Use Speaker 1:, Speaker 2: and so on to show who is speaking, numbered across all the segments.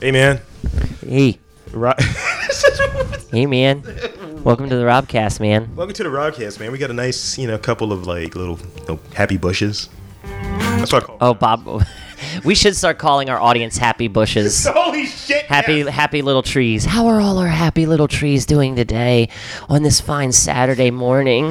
Speaker 1: Hey, man.
Speaker 2: Hey,
Speaker 1: Ro-
Speaker 2: hey, man. Welcome to the Robcast, man.
Speaker 1: Welcome to the Rodcast, man. We got a nice, you know, couple of like little, little happy bushes. That's what I call.
Speaker 2: Oh, Bob, we should start calling our audience happy bushes.
Speaker 1: Holy shit!
Speaker 2: Happy,
Speaker 1: yeah.
Speaker 2: happy little trees. How are all our happy little trees doing today on this fine Saturday morning?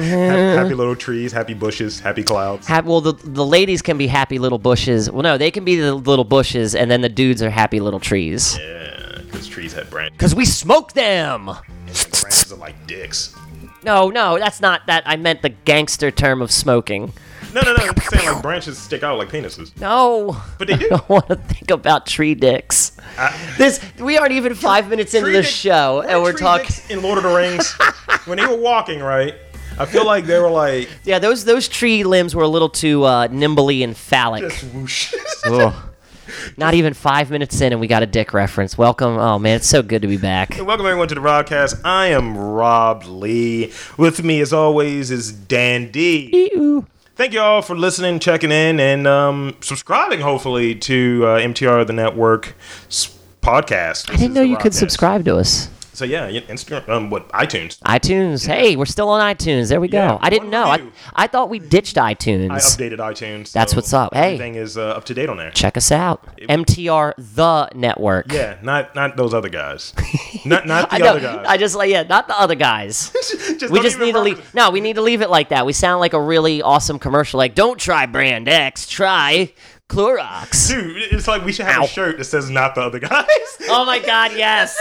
Speaker 1: Happy, happy little trees, happy bushes, happy clouds.
Speaker 2: Hap- well, the, the ladies can be happy little bushes. Well, no, they can be the little bushes, and then the dudes are happy little trees.
Speaker 1: Yeah, because trees have branches.
Speaker 2: Because we smoke them!
Speaker 1: branches are like dicks.
Speaker 2: No, no, that's not that. I meant the gangster term of smoking.
Speaker 1: No, no, no. I'm saying like branches stick out like penises,
Speaker 2: No.
Speaker 1: but they do.
Speaker 2: I don't want to think about tree dicks. this we aren't even five minutes into
Speaker 1: Uh, Tree
Speaker 2: the
Speaker 1: dick-
Speaker 2: show,
Speaker 1: Like
Speaker 2: and we're
Speaker 1: tree
Speaker 2: talking.
Speaker 1: dicks in Lord of the Rings when they were walking, right? I feel like they were like
Speaker 2: Yeah, those those tree limbs were a little too uh, nimbly and phallic.
Speaker 1: just whoosh.
Speaker 2: Ugh. Not even five minutes in, and we got a dick reference. Welcome, oh man, it's so good to be back.
Speaker 1: Welcome everyone to the broadcast. I am Rob Lee. With me, as always, is Dan D. Thank you all for listening, checking in, and um, subscribing. Hopefully to uh, MTR the Network s- podcast.
Speaker 2: I didn't know you could subscribe to us.
Speaker 1: So yeah, yeah, Instagram, um, what iTunes.
Speaker 2: iTunes, hey, we're still on iTunes. There we go.
Speaker 1: Yeah,
Speaker 2: I didn't
Speaker 1: one
Speaker 2: know. I,
Speaker 1: review.
Speaker 2: I thought we ditched iTunes.
Speaker 1: I updated iTunes.
Speaker 2: That's
Speaker 1: so
Speaker 2: what's up. Hey.
Speaker 1: everything is uh, up to date on there.
Speaker 2: Check us out, MTR the network.
Speaker 1: Yeah, not not those other guys. not not the
Speaker 2: I know.
Speaker 1: other guys.
Speaker 2: I just like yeah, not the other guys. we
Speaker 1: don't
Speaker 2: just
Speaker 1: even
Speaker 2: need to
Speaker 1: represent-
Speaker 2: leave. No, we need to leave it like that. We sound like a really awesome commercial. Like, don't try Brand X, try Clorox.
Speaker 1: Dude, it's like we should have
Speaker 2: Ow.
Speaker 1: a shirt that says "Not the other guys."
Speaker 2: oh my God, yes.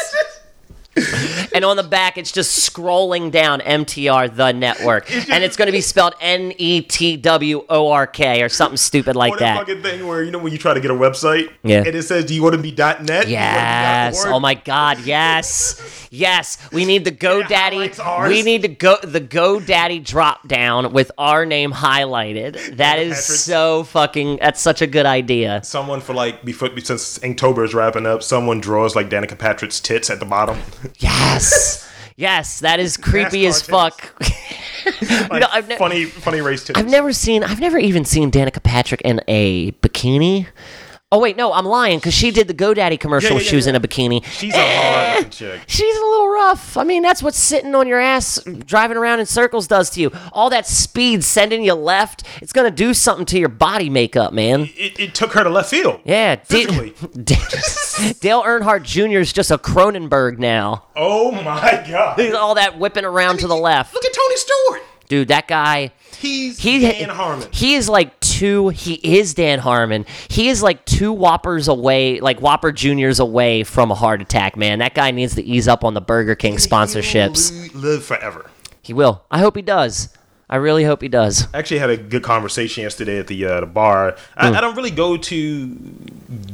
Speaker 2: and on the back, it's just scrolling down MTR the network, and it's going to be spelled N E T W O R K or something stupid like
Speaker 1: What a
Speaker 2: that.
Speaker 1: fucking thing where you know when you try to get a website,
Speaker 2: Yeah.
Speaker 1: and it says, "Do you want to be .net?" Do you wanna be
Speaker 2: Yes.
Speaker 1: .org?"
Speaker 2: Oh my God. Yes. Yes. We need the
Speaker 1: highlights
Speaker 2: GoDaddy.
Speaker 1: ours.
Speaker 2: We need to go the GoDaddy drop down with our name highlighted. That is
Speaker 1: Patrick's-
Speaker 2: so fucking. That's such a good idea.
Speaker 1: Someone for like before since Inktober is wrapping up, someone draws like Danica Patrick's tits at the bottom.
Speaker 2: Yes. yes. That is creepy
Speaker 1: NASCAR
Speaker 2: as fuck.
Speaker 1: Like,
Speaker 2: know, I've ne-
Speaker 1: funny, funny race tits.
Speaker 2: I've never seen. I've never even seen Danica Patrick in a bikini. Oh wait, no, I'm lying because she did the GoDaddy commercial.
Speaker 1: Yeah,
Speaker 2: when
Speaker 1: yeah,
Speaker 2: she was
Speaker 1: yeah,
Speaker 2: in a bikini.
Speaker 1: She's a hard chick.
Speaker 2: She's a little rough. I mean, that's what sitting on your ass driving around in circles does to you. All that speed sending you left, it's going to do something to your body makeup, man.
Speaker 1: It, it took her to left field.
Speaker 2: Yeah. Da-
Speaker 1: Physically.
Speaker 2: Da- Dale Earnhardt Jr. is just a Cronenberg now.
Speaker 1: Oh my god. Look
Speaker 2: All that whipping around to the left.
Speaker 1: at Tony Stewart.
Speaker 2: Dude, that guy.
Speaker 1: He's
Speaker 2: He,
Speaker 1: Dan Harmon.
Speaker 2: He is like two. He is Dan Harmon. He is like two Whoppers away, like Whopper Juniors away from a heart attack. Man, that guy needs to ease up on the Burger King sponsorships.
Speaker 1: He will Live forever.
Speaker 2: He will. I hope he does. I really hope he does.
Speaker 1: I actually had a good conversation yesterday at the uh, the bar. I, I don't really go to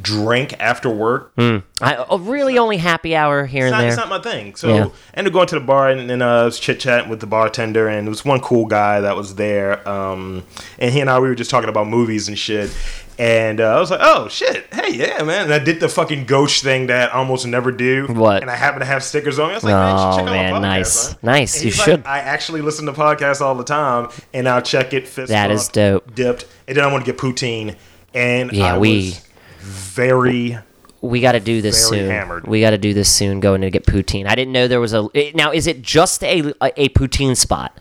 Speaker 1: drink after work.
Speaker 2: I a really only happy hour here
Speaker 1: It's
Speaker 2: and
Speaker 1: not, it's
Speaker 2: there.
Speaker 1: not my thing. So
Speaker 2: Yeah.
Speaker 1: I ended up going to the bar and then uh, I was chit chatting with the bartender, and there was one cool guy that was there. Um, and he and I we were just talking about movies and shit. And uh, I was like, "Oh shit, hey yeah, man!" And I did the fucking gauche thing that I almost never do.
Speaker 2: What?
Speaker 1: And I happen to have stickers on me. I was like,
Speaker 2: Oh,
Speaker 1: "Man, just check
Speaker 2: man,
Speaker 1: out my podcast,
Speaker 2: nice.
Speaker 1: son."
Speaker 2: Nice,
Speaker 1: And
Speaker 2: you
Speaker 1: he's like,
Speaker 2: should.
Speaker 1: I actually listen to podcasts all the time, and I'll check it. Fist
Speaker 2: That is
Speaker 1: pumped,
Speaker 2: dope.
Speaker 1: Dipped, and then I want to get poutine. And
Speaker 2: Yeah,
Speaker 1: I
Speaker 2: we-
Speaker 1: was very
Speaker 2: we got to do this
Speaker 1: very
Speaker 2: soon.
Speaker 1: hammered.
Speaker 2: We got to do this soon. Going to get poutine. I didn't know there was a. it- now is it just a a poutine spot?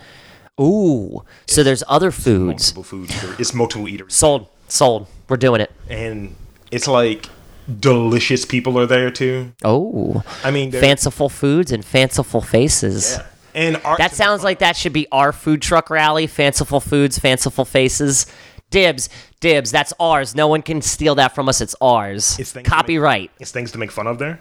Speaker 2: Ooh, so there's other foods.
Speaker 1: multiple food. It's multiple eateries.
Speaker 2: Sold, sold. We're doing it.
Speaker 1: and it's like delicious people are there too.
Speaker 2: Oh,
Speaker 1: I mean, they're-
Speaker 2: fanciful foods and fanciful faces.
Speaker 1: yeah. and art
Speaker 2: That sounds like that should be our food truck rally. Fanciful foods, fanciful faces. Dibs, dibs. That's ours. No one can steal that from us. It's ours.
Speaker 1: It's things to make-
Speaker 2: Copyright.
Speaker 1: it's things to make fun of there.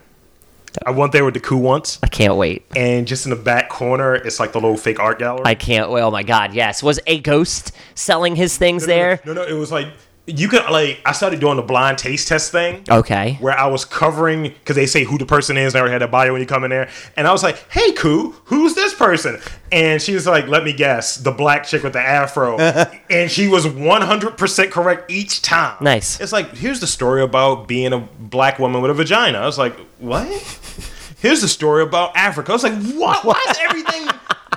Speaker 1: I went there with the coup once,
Speaker 2: I can't wait.
Speaker 1: and just in the back corner, it's like the little fake art gallery.
Speaker 2: I can't wait. Oh my god, yes. Was a ghost selling his things there?
Speaker 1: No, no, it was like you could like I started doing the blind taste test
Speaker 2: Oh,
Speaker 1: thing.
Speaker 2: Okay.
Speaker 1: Where I was covering, because they say who the person is, and I already had a bio when you come in there. And I was like, hey, Koo, who's this person? And she was like, let me guess, the black chick with the afro. and she was 100% correct each time.
Speaker 2: Nice.
Speaker 1: It's like, here's the story about being a black woman with a vagina. I was like, what? Here's the story about Africa. I was like, what? Why is everything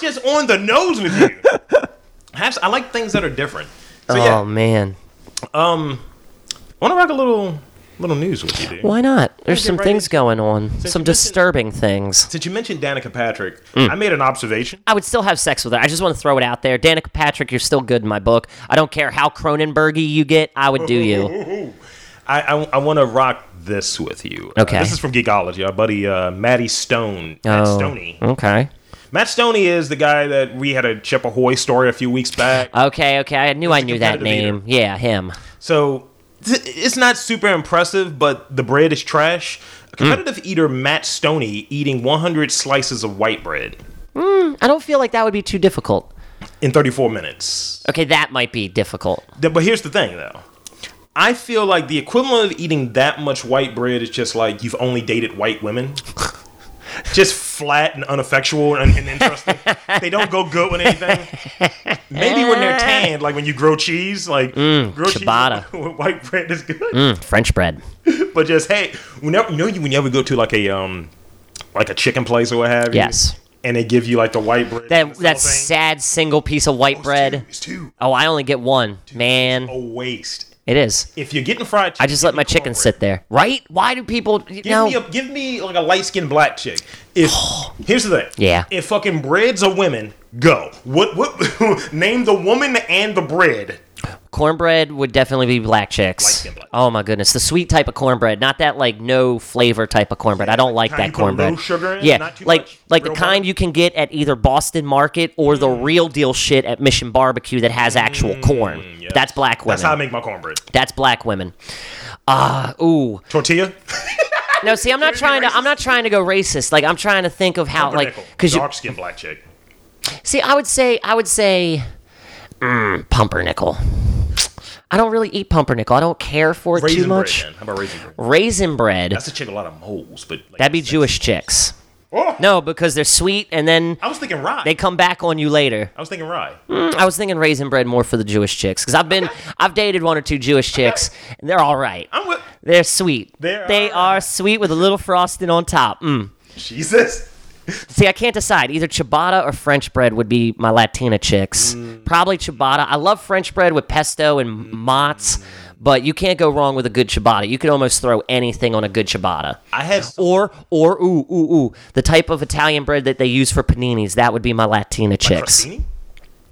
Speaker 1: just on the nose with you? I have- I
Speaker 2: Um,
Speaker 1: like things that are different. So, yeah,
Speaker 2: Oh man.
Speaker 1: I want to rock a little little news with you, dude.
Speaker 2: Why not? There's
Speaker 1: get
Speaker 2: some
Speaker 1: right
Speaker 2: things
Speaker 1: in-
Speaker 2: going on,
Speaker 1: Since you
Speaker 2: some
Speaker 1: mentioned-
Speaker 2: disturbing things.
Speaker 1: Since you mentioned Danica Patrick,
Speaker 2: Mm.
Speaker 1: I made an observation.
Speaker 2: I would still have sex with her. I just want to throw it out there. Danica Patrick, you're still good in my book. I don't care how Cronenbergy you get, I would do you.
Speaker 1: I I, want to rock this with you. Uh,
Speaker 2: Okay.
Speaker 1: this is from Geekology. Our buddy uh, Matty Stone. Matt
Speaker 2: Oh,
Speaker 1: Stoney.
Speaker 2: Okay.
Speaker 1: Matt Stoney is the guy that we had a Chip Ahoy story a few weeks back.
Speaker 2: Okay, okay. I knew I knew that
Speaker 1: competitive
Speaker 2: name. Yeah, him.
Speaker 1: So th- it's not super impressive, but the bread is trash.
Speaker 2: Mm.
Speaker 1: A competitive eater, Matt Stoney, eating 100 slices of white bread
Speaker 2: I don't feel like that would be too difficult.
Speaker 1: in 34 minutes.
Speaker 2: Okay, that might be difficult.
Speaker 1: Th- But here's the thing, though. I feel like the equivalent of eating that much white bread is just like you've only dated white women. just flat and ineffectual and, and interesting. they don't go good with anything. Maybe when they're tanned, like when you grow cheese, like grow
Speaker 2: Mm, ciabatta.
Speaker 1: cheese with- with white bread is good.
Speaker 2: Mm, French bread.
Speaker 1: But just hey, whenever you know you whenever you go to like a um like a chicken place or what have you.
Speaker 2: Yes.
Speaker 1: And they give you like the white bread.
Speaker 2: That
Speaker 1: and the
Speaker 2: that
Speaker 1: cellophane.
Speaker 2: sad single piece of white
Speaker 1: It's two,
Speaker 2: bread.
Speaker 1: It's two.
Speaker 2: Oh, I only get one. Man,
Speaker 1: A waste.
Speaker 2: it is.
Speaker 1: If you're getting fried chicken,
Speaker 2: I just let
Speaker 1: get
Speaker 2: my
Speaker 1: the
Speaker 2: chicken
Speaker 1: cornbread.
Speaker 2: sit there. Right? Why do people
Speaker 1: Give
Speaker 2: no?
Speaker 1: me a, give me like a light skinned black chick. If here's the thing.
Speaker 2: Yeah.
Speaker 1: If fucking breads are women, go. What what name the woman and the bread.
Speaker 2: cornbread would definitely be black chicks.
Speaker 1: Light-skinned black.
Speaker 2: Oh my goodness, the sweet type of cornbread, not that like no flavor type of cornbread. I don't like
Speaker 1: kind
Speaker 2: that
Speaker 1: you put a little
Speaker 2: cornbread.
Speaker 1: sugar in,
Speaker 2: yeah,
Speaker 1: not too
Speaker 2: like
Speaker 1: much,
Speaker 2: like the
Speaker 1: real
Speaker 2: kind
Speaker 1: butter. Mm.
Speaker 2: you can get at either Boston Market or the real deal shit at Mission Barbecue that has actual corn. That's black women.
Speaker 1: That's how I make my cornbread.
Speaker 2: That's black women. Ah, ooh.
Speaker 1: Tortilla?
Speaker 2: No, see, I'm not trying to. I'm not trying to go racist. Like, I'm trying to think of how, Oh, like, because you
Speaker 1: dark skinned black chick.
Speaker 2: see, I would say, I would say, mm, pumpernickel. I don't really eat pumpernickel. I don't care for it
Speaker 1: Raisin
Speaker 2: too much.
Speaker 1: bread, man. How about raisin bread?
Speaker 2: Raisin bread.
Speaker 1: That's a chick with a lot of moles, but like,
Speaker 2: That'd be Jewish chicks.
Speaker 1: Oh!
Speaker 2: No, because they're sweet, and then
Speaker 1: I was thinking rye.
Speaker 2: they come back on you later.
Speaker 1: I was thinking rye.
Speaker 2: Mm, I was thinking raisin bread more for the Jewish chicks, because I've been, I've dated one or two Jewish chicks, and they're all right.
Speaker 1: I'm with
Speaker 2: They're sweet.
Speaker 1: They're
Speaker 2: They
Speaker 1: all
Speaker 2: are sweet with a little frosting on top. Mm.
Speaker 1: Jesus.
Speaker 2: See, I can't decide. Either ciabatta or French bread would be my Latina chicks. Probably ciabatta. I love French bread with pesto and mozz, but you can't go wrong with a good ciabatta. You could almost throw anything on a good ciabatta.
Speaker 1: I had
Speaker 2: Or or ooh ooh ooh the type of Italian bread that they use for paninis. That would be my Latina chicks.
Speaker 1: Crostini?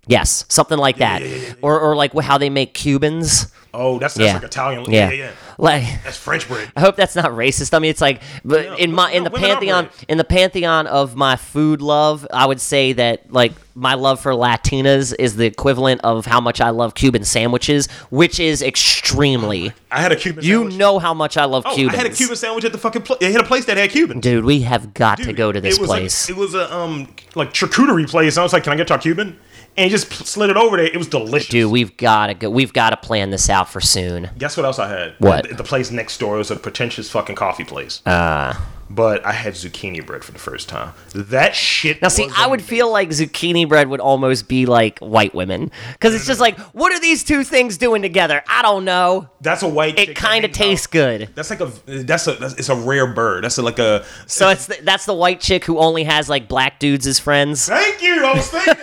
Speaker 2: yes, something like that. Or or like wh- how they make Cubans.
Speaker 1: Oh, that's, that's
Speaker 2: Yeah.
Speaker 1: like Italian.
Speaker 2: Yeah.
Speaker 1: Yeah. yeah, yeah.
Speaker 2: Like
Speaker 1: That's French bread.
Speaker 2: I hope that's not racist. I mean, it's like, but
Speaker 1: No,
Speaker 2: in my in
Speaker 1: no,
Speaker 2: the
Speaker 1: women are
Speaker 2: pantheon
Speaker 1: brave.
Speaker 2: in the pantheon of my food love, I would say that like my love for Latinas is the equivalent of how much I love Cuban sandwiches, which is extremely.
Speaker 1: I had a Cuban
Speaker 2: You
Speaker 1: sandwich.
Speaker 2: know how much I love
Speaker 1: Oh,
Speaker 2: Cubans.
Speaker 1: I had a Cuban sandwich at the fucking place. They had a place that had Cuban.
Speaker 2: Dude, we have got to go to this
Speaker 1: it was
Speaker 2: place.
Speaker 1: A, it was a um like charcuterie place. And I was like, "Can I get y'all Cuban?" And he just pl- slid it over there. It was delicious.
Speaker 2: Dude, we've got to go. We've got to plan this out for soon.
Speaker 1: Guess what else I had?
Speaker 2: What?
Speaker 1: The, the place next door was a pretentious fucking coffee place. Ah. but I had zucchini bread for the first time. That shit.
Speaker 2: Now, see, I would feel like zucchini bread would almost be like white women because it's just like, what are these two things doing together? I don't know.
Speaker 1: That's a white.
Speaker 2: It kind of tastes good.
Speaker 1: That's like a. That's a. That's, it's a rare bird. That's a, like a.
Speaker 2: So it's the, that's the white chick who only has like black dudes as friends.
Speaker 1: Thank you. I was thinking.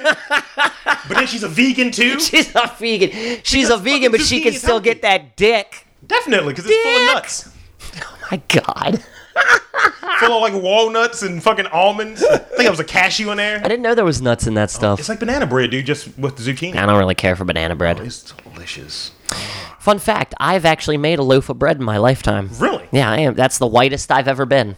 Speaker 1: but then she's a vegan too.
Speaker 2: She's a vegan. She's a vegan, but
Speaker 1: fucking
Speaker 2: she can
Speaker 1: zucchini is
Speaker 2: still
Speaker 1: healthy.
Speaker 2: get that dick.
Speaker 1: Definitely, because it's full
Speaker 2: Dick.
Speaker 1: of nuts.
Speaker 2: My God,
Speaker 1: Full of like walnuts and fucking almonds. I think it was a cashew in there.
Speaker 2: I didn't know there was nuts in that stuff.
Speaker 1: It's like banana bread, dude, just with the zucchini.
Speaker 2: I don't really care for banana bread.
Speaker 1: It's delicious.
Speaker 2: Fun fact: I've actually made a loaf of bread in my lifetime.
Speaker 1: Really?
Speaker 2: Yeah, I am. That's the whitest I've ever been.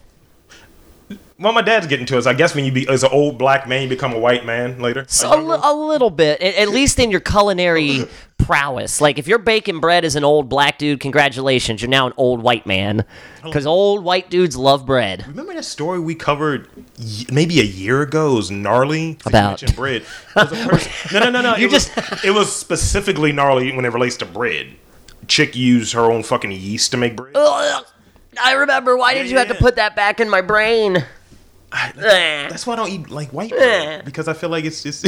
Speaker 1: Well, my dad's getting to us. I guess when you be as an old black man, you become a white man later.
Speaker 2: So a, li- a little bit, a- at least in your culinary prowess. Like if you're baking bread as an old black dude, congratulations, you're now an old white man. Because old white dudes love bread.
Speaker 1: Remember that story we covered y- maybe a year ago? It was gnarly Since you
Speaker 2: About-
Speaker 1: mentioned bread. It was a person- no, no, no, no.
Speaker 2: You
Speaker 1: it was-
Speaker 2: just-
Speaker 1: it was specifically gnarly when it relates to bread. Chick used her own fucking yeast to make bread.
Speaker 2: Ugh, I remember. Why did you
Speaker 1: yeah,
Speaker 2: have to
Speaker 1: yeah.
Speaker 2: put that back in my brain? Eh,
Speaker 1: That's why I don't eat like white
Speaker 2: Yeah.
Speaker 1: bread because I feel like it's just.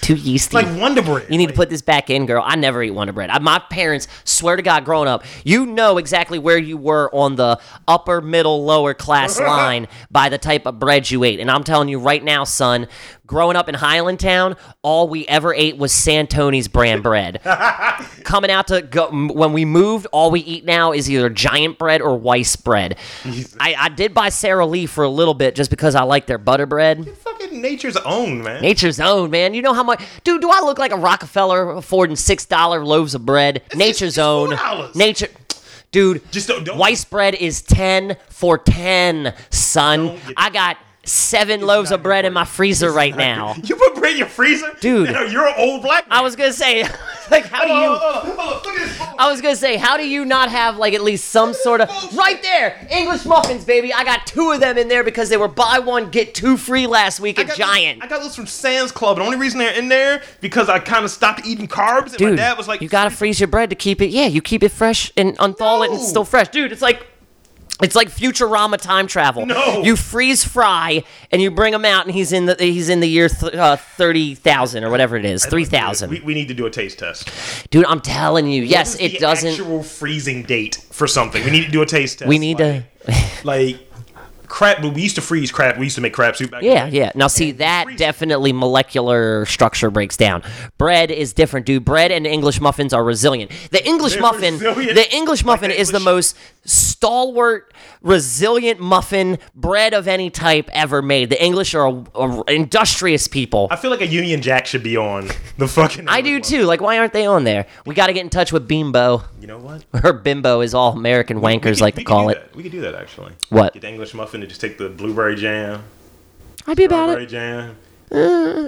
Speaker 2: too yeasty.
Speaker 1: Like Wonder Bread.
Speaker 2: You need to put this back in, girl. I never eat Wonder Bread. I, my parents swear to God, growing up, you know exactly where you were on the upper, middle, lower class line by the type of bread you ate. And I'm telling you right now, son, growing up in Highland Town, all we ever ate was Santoni's brand bread. Coming out to go m- when we moved, all we eat now is either giant bread or Weiss bread. I, I did buy Sara Lee for a little bit just because I like their butter bread.
Speaker 1: Fucking nature's own, man.
Speaker 2: Nature's own, man. You know how much, dude? Do I look like a Rockefeller affording six dollar loaves of bread? Nature's
Speaker 1: it's
Speaker 2: own.
Speaker 1: $4.
Speaker 2: Nature, dude.
Speaker 1: Just don't- don't-
Speaker 2: Weiss bread is ten for ten, son.
Speaker 1: Don't get-
Speaker 2: I got seven loaves
Speaker 1: not
Speaker 2: of bread
Speaker 1: gonna
Speaker 2: in my freezer right now.
Speaker 1: You put bread in your freezer,
Speaker 2: Dude.
Speaker 1: No, you're an old black. Man.
Speaker 2: I was gonna say, like, how do
Speaker 1: Hold on,
Speaker 2: you?
Speaker 1: hold on, hold on, Look at this. food.
Speaker 2: I was gonna say, how do you not have like at least some sort of right there English muffins, baby? I got two of them in there because they were buy one get two free last week
Speaker 1: I
Speaker 2: at
Speaker 1: got
Speaker 2: Giant.
Speaker 1: Those, I got those from Sam's Club. The only reason they're in there because I kind of stopped eating carbs, and my
Speaker 2: Dude,
Speaker 1: dad was like,
Speaker 2: "You gotta freeze your bread to keep it. Yeah, you keep it fresh and unthaw it, and it's
Speaker 1: No.
Speaker 2: still fresh, dude. It's like." It's like Futurama time travel.
Speaker 1: No.
Speaker 2: you freeze fry and you bring him out, and he's in the he's in the year th- uh, thirty thousand or whatever it is, three
Speaker 1: We,
Speaker 2: thousand.
Speaker 1: we need to do a taste test.
Speaker 2: Dude, I'm telling you, yes,
Speaker 1: What is
Speaker 2: it
Speaker 1: the
Speaker 2: doesn't.
Speaker 1: Actual freezing date for something. We need to do a taste test.
Speaker 2: we need to,
Speaker 1: to like crap. But we used to freeze crap. We used to make crab soup. Back
Speaker 2: yeah,
Speaker 1: then.
Speaker 2: yeah. Now see, that definitely molecular structure breaks down. Bread is different, dude. Bread and English muffins are resilient. The English
Speaker 1: They're
Speaker 2: muffin,
Speaker 1: resilient.
Speaker 2: the English muffin
Speaker 1: the
Speaker 2: is the
Speaker 1: English-
Speaker 2: most stalwart, resilient muffin bread of any type ever made. The English are a, a industrious people.
Speaker 1: I feel like a Union Jack should be on the fucking.
Speaker 2: I do too. Like, why aren't they on there? We got to get in touch with Bimbo.
Speaker 1: You know what?
Speaker 2: Her Bimbo is all American
Speaker 1: We
Speaker 2: wankers
Speaker 1: could-
Speaker 2: like
Speaker 1: we
Speaker 2: to
Speaker 1: could
Speaker 2: call
Speaker 1: do
Speaker 2: it.
Speaker 1: that. We could do that actually.
Speaker 2: What?
Speaker 1: Get the English muffin and just take the blueberry jam.
Speaker 2: I'd be about
Speaker 1: Blueberry
Speaker 2: it.
Speaker 1: jam.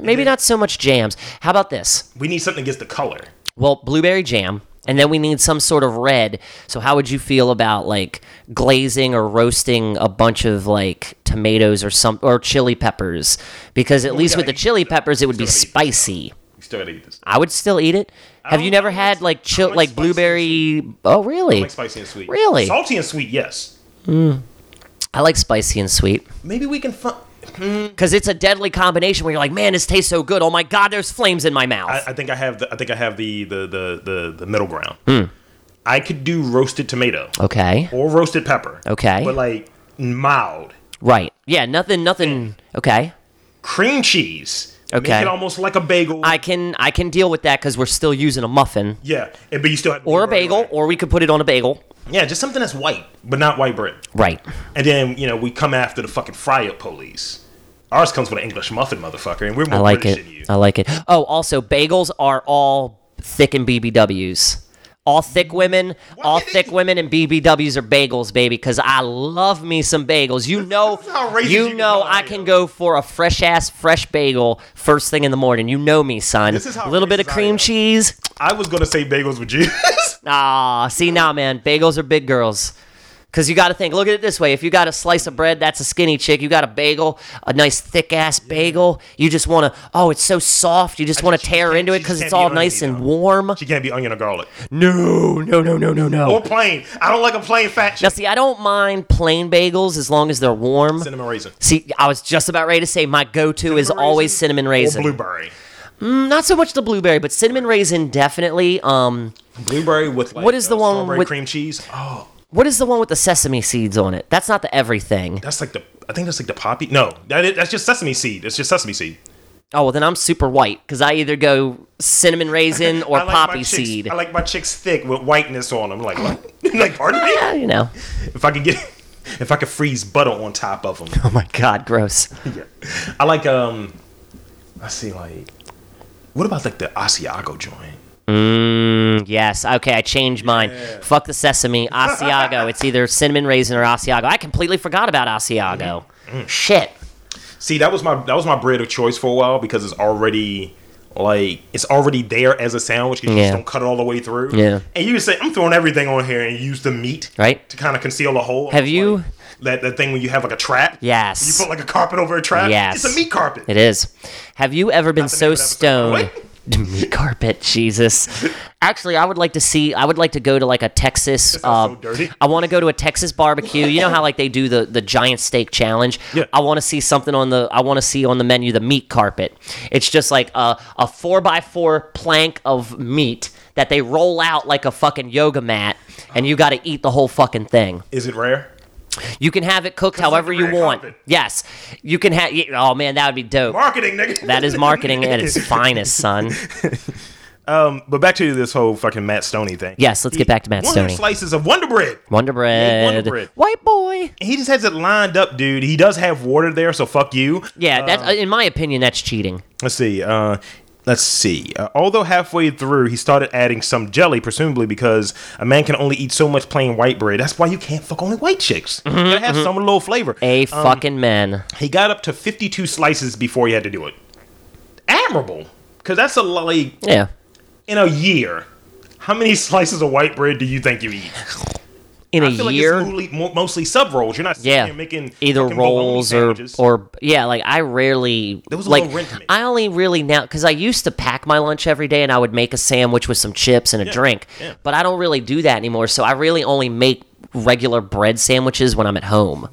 Speaker 2: Maybe not so much jams. How about this?
Speaker 1: We need something against the color.
Speaker 2: Well, blueberry jam, and then we need some sort of red. So, how would you feel about like glazing or roasting a bunch of like tomatoes or some or chili peppers? Because at least with the
Speaker 1: gotta eat
Speaker 2: chili peppers, it would be
Speaker 1: gotta eat this.
Speaker 2: spicy.
Speaker 1: We still gotta eat this.
Speaker 2: I would still eat it. Have
Speaker 1: don't-
Speaker 2: you never
Speaker 1: I don't
Speaker 2: had
Speaker 1: like-
Speaker 2: like
Speaker 1: I
Speaker 2: chill
Speaker 1: don't like
Speaker 2: like
Speaker 1: spicy and
Speaker 2: blueberry? Oh, really?
Speaker 1: Like spicy and sweet.
Speaker 2: Really?
Speaker 1: Salty and sweet. Yes.
Speaker 2: I like spicy and sweet.
Speaker 1: Maybe we can find.
Speaker 2: Because it's a deadly combination where you're like, man, this tastes so good. Oh my God, there's flames in my mouth.
Speaker 1: I, I think I have the I think I have the the the the, the middle ground.
Speaker 2: Hmm.
Speaker 1: I could do roasted tomato
Speaker 2: okay.
Speaker 1: or roasted pepper.
Speaker 2: Okay.
Speaker 1: But like mild
Speaker 2: Right. Yeah, nothing, nothing. Okay.
Speaker 1: cream cheese.
Speaker 2: Okay.
Speaker 1: Make it almost like a bagel.
Speaker 2: I can I can deal with that because we're still using a muffin.
Speaker 1: yeah, and- but you still have
Speaker 2: or a bagel, or we could put it on a bagel.
Speaker 1: Yeah, just something that's white, but not white bread.
Speaker 2: Right.
Speaker 1: And then you know we come after the fucking fry up police. Ours comes with an English muffin, motherfucker, and we're more
Speaker 2: I like
Speaker 1: British
Speaker 2: it.
Speaker 1: than you.
Speaker 2: I like it. Oh, also, bagels are all thick and BBWs. All thick women, all
Speaker 1: did
Speaker 2: thick
Speaker 1: they-
Speaker 2: women and BBWs are bagels, baby, because I love me some bagels. You know,
Speaker 1: This is how racist you
Speaker 2: you
Speaker 1: can
Speaker 2: know,
Speaker 1: go,
Speaker 2: I
Speaker 1: Leo.
Speaker 2: can go for a fresh ass, fresh bagel first thing in the morning. You know me, son.
Speaker 1: This is how
Speaker 2: a little bit of
Speaker 1: racist I
Speaker 2: cream
Speaker 1: am.
Speaker 2: cheese.
Speaker 1: I was gonna say bagels with juice.
Speaker 2: Ah, see now, man, bagels are big girls. Cause you got to think. Look at it this way: if you got a slice of bread, that's a skinny chick. You got a bagel, a nice thick ass bagel. You just want to. Oh, it's so soft. You just want to
Speaker 1: she
Speaker 2: tear
Speaker 1: can't-
Speaker 2: into it
Speaker 1: she
Speaker 2: because
Speaker 1: can't
Speaker 2: it's
Speaker 1: be
Speaker 2: all
Speaker 1: oniony,
Speaker 2: nice and
Speaker 1: though.
Speaker 2: warm.
Speaker 1: she can't be onion or garlic
Speaker 2: No, no, no, no, no,
Speaker 1: or
Speaker 2: no.
Speaker 1: plain. I don't like a plain fat.
Speaker 2: Now,
Speaker 1: shit.
Speaker 2: see, I don't mind plain bagels as long as they're warm.
Speaker 1: Cinnamon raisin.
Speaker 2: See, I was just about ready to say my go-to is
Speaker 1: Cinnamon
Speaker 2: always
Speaker 1: raisin
Speaker 2: cinnamon
Speaker 1: Or
Speaker 2: raisin.
Speaker 1: blueberry.
Speaker 2: Not so much the blueberry, but cinnamon raisin definitely. Um,
Speaker 1: Blueberry with like,
Speaker 2: What is
Speaker 1: uh,
Speaker 2: the one
Speaker 1: strawberry
Speaker 2: with-
Speaker 1: cream cheese? Oh,
Speaker 2: what is the one with the sesame seeds on it? That's not the everything.
Speaker 1: that's like the I think that's like the poppy. No, that is, that's just sesame seed. It's just sesame seed.
Speaker 2: Oh well, then I'm super white because I either go cinnamon raisin or
Speaker 1: I like my
Speaker 2: poppy
Speaker 1: chicks-
Speaker 2: seed.
Speaker 1: I like my chicks thick with whiteness on them. Like what? like pardon me?
Speaker 2: Yeah, you know.
Speaker 1: If I could get if I could freeze butter on top of them.
Speaker 2: Oh my God, gross.
Speaker 1: yeah. I like um. I see like. What about like the Asiago joint?
Speaker 2: Mm, yes. Okay, I changed mine. Fuck the sesame, Asiago. it's either cinnamon raisin or Asiago. I completely forgot about Asiago.
Speaker 1: Mm.
Speaker 2: Shit.
Speaker 1: See, that was my that was my bread of choice for a while because it's already like it's already there as a sandwich. 'cause You
Speaker 2: Yeah.
Speaker 1: just don't cut it all the way through.
Speaker 2: Yeah.
Speaker 1: And you say I'm throwing everything on here and use the meat
Speaker 2: Right.
Speaker 1: to kind of conceal the hole.
Speaker 2: Have
Speaker 1: It's
Speaker 2: you-
Speaker 1: like that that thing when you have like a trap?
Speaker 2: Yes.
Speaker 1: You put like a carpet over a trap.
Speaker 2: Yes.
Speaker 1: It's a meat carpet.
Speaker 2: It is. Have you ever been
Speaker 1: That's the
Speaker 2: so
Speaker 1: name of that episode.
Speaker 2: stoned?
Speaker 1: What?
Speaker 2: meat carpet. Jesus. Actually, I would like to see. I would like to go to like a Texas.
Speaker 1: sounds
Speaker 2: Uh,
Speaker 1: so dirty.
Speaker 2: I want to go to a Texas barbecue. You know how like they do the the giant steak challenge.
Speaker 1: Yeah.
Speaker 2: I want to see something on the. I want to see on the menu the meat carpet. It's just like a a four by four plank of meat that they roll out like a fucking yoga mat, and you got to eat the whole fucking thing.
Speaker 1: Is it rare?
Speaker 2: You can have it cooked however
Speaker 1: the
Speaker 2: you
Speaker 1: red
Speaker 2: want.
Speaker 1: carpet.
Speaker 2: Yes, you can have. Oh man, that would be dope.
Speaker 1: Marketing, nigga.
Speaker 2: that is marketing at its finest, son.
Speaker 1: But back to this whole fucking Matt Stoney thing.
Speaker 2: Yes, let's get back to Matt
Speaker 1: 100
Speaker 2: Stoney.
Speaker 1: slices of Wonder Bread.
Speaker 2: Wonder bread.
Speaker 1: Wonder Bread.
Speaker 2: White boy.
Speaker 1: He just has it lined up, dude. He does have water there, so fuck you.
Speaker 2: Yeah, that uh, in my opinion, that's cheating.
Speaker 1: Let's see. Uh, let's see. Uh, although halfway through, he started adding some jelly, presumably because a man can only eat so much plain white bread. That's why you can't fuck only white chicks.
Speaker 2: Mm-hmm,
Speaker 1: You gotta have some little flavor.
Speaker 2: A fucking man.
Speaker 1: He got up to 52 slices before he had to do it. Admirable. Because that's a lot, like,
Speaker 2: Yeah.
Speaker 1: in a year, how many slices of white bread do you think you eat?
Speaker 2: In a
Speaker 1: I feel
Speaker 2: year.
Speaker 1: like it's mostly, mo- mostly sub rolls. You're not sitting
Speaker 2: yeah.
Speaker 1: here making
Speaker 2: Either
Speaker 1: fucking bologna
Speaker 2: rolls or
Speaker 1: sandwiches.
Speaker 2: or yeah, like I rarely
Speaker 1: was a
Speaker 2: like
Speaker 1: low rent to me.
Speaker 2: I only really now because I used to pack my lunch every day and I would make a sandwich with some chips and a drink,
Speaker 1: yeah.
Speaker 2: but I don't really do that anymore. So I really only make regular bread sandwiches when I'm at home.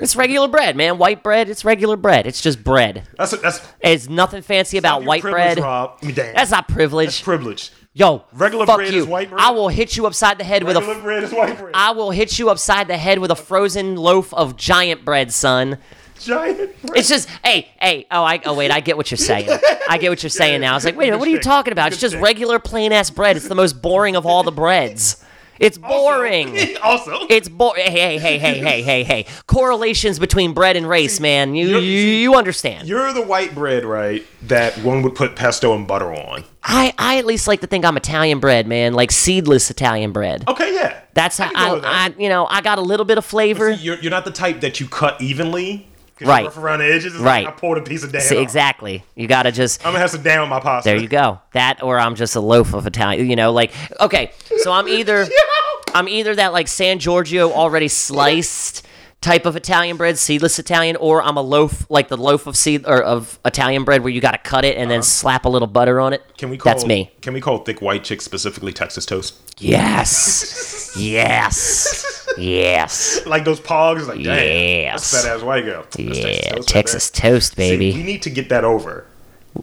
Speaker 2: It's regular bread, man. White bread. It's regular bread. It's just bread.
Speaker 1: that's that's
Speaker 2: It's nothing fancy about
Speaker 1: your
Speaker 2: white
Speaker 1: privilege,
Speaker 2: bread.
Speaker 1: Rob. I mean, damn.
Speaker 2: That's not privilege.
Speaker 1: privilege.
Speaker 2: Yo,
Speaker 1: Regular
Speaker 2: fuck
Speaker 1: bread
Speaker 2: you.
Speaker 1: is white bread?
Speaker 2: I will hit you upside the head with a.
Speaker 1: Regular bread is white bread.
Speaker 2: I will hit you upside the head with a frozen loaf of giant bread, son.
Speaker 1: Giant bread.
Speaker 2: It's just, hey, hey. Oh, I. Oh, wait. I get what you're saying. I get what you're saying now. I was like, wait a minute. What are you talking about? It's just regular plain ass bread. It's the most boring of all the breads. It's boring.
Speaker 1: also,
Speaker 2: It's boring. Hey, hey, hey, hey, hey, hey, hey. Correlations between bread and race, man. You,
Speaker 1: you're-
Speaker 2: you, you understand.
Speaker 1: you're the white bread, right? That one would put pesto and butter on.
Speaker 2: I, I at least like to think I'm Italian bread, man. Like seedless Italian bread.
Speaker 1: Okay, yeah.
Speaker 2: That's how
Speaker 1: can go
Speaker 2: I,
Speaker 1: with that.
Speaker 2: I, you know, I got a little bit of flavor.
Speaker 1: you're, you're not the type that you cut evenly. 'cause you're
Speaker 2: Right.
Speaker 1: Rough around the edges. It's
Speaker 2: Right.
Speaker 1: Like I poured a piece of damn.
Speaker 2: See, exactly. You got to just.
Speaker 1: I'm gonna have some damn on my pasta.
Speaker 2: There you go. That, or I'm just a loaf of Italian. You know, like okay. So I'm either I'm either that like San Giorgio already sliced type of Italian bread, seedless Italian, or I'm a loaf like the loaf of seed or of Italian bread where you got to cut it and then slap a little butter on it.
Speaker 1: Uh-huh. Can we call?
Speaker 2: That's me.
Speaker 1: Can we call thick white chicks specifically Texas toast?
Speaker 2: Yes. yes. Yes.
Speaker 1: Like those pogs. Like damn.
Speaker 2: Yes.
Speaker 1: That's fat ass white girl. That's
Speaker 2: Yeah,
Speaker 1: toast right
Speaker 2: Texas
Speaker 1: there. See,
Speaker 2: toast, baby.
Speaker 1: we need to get that over.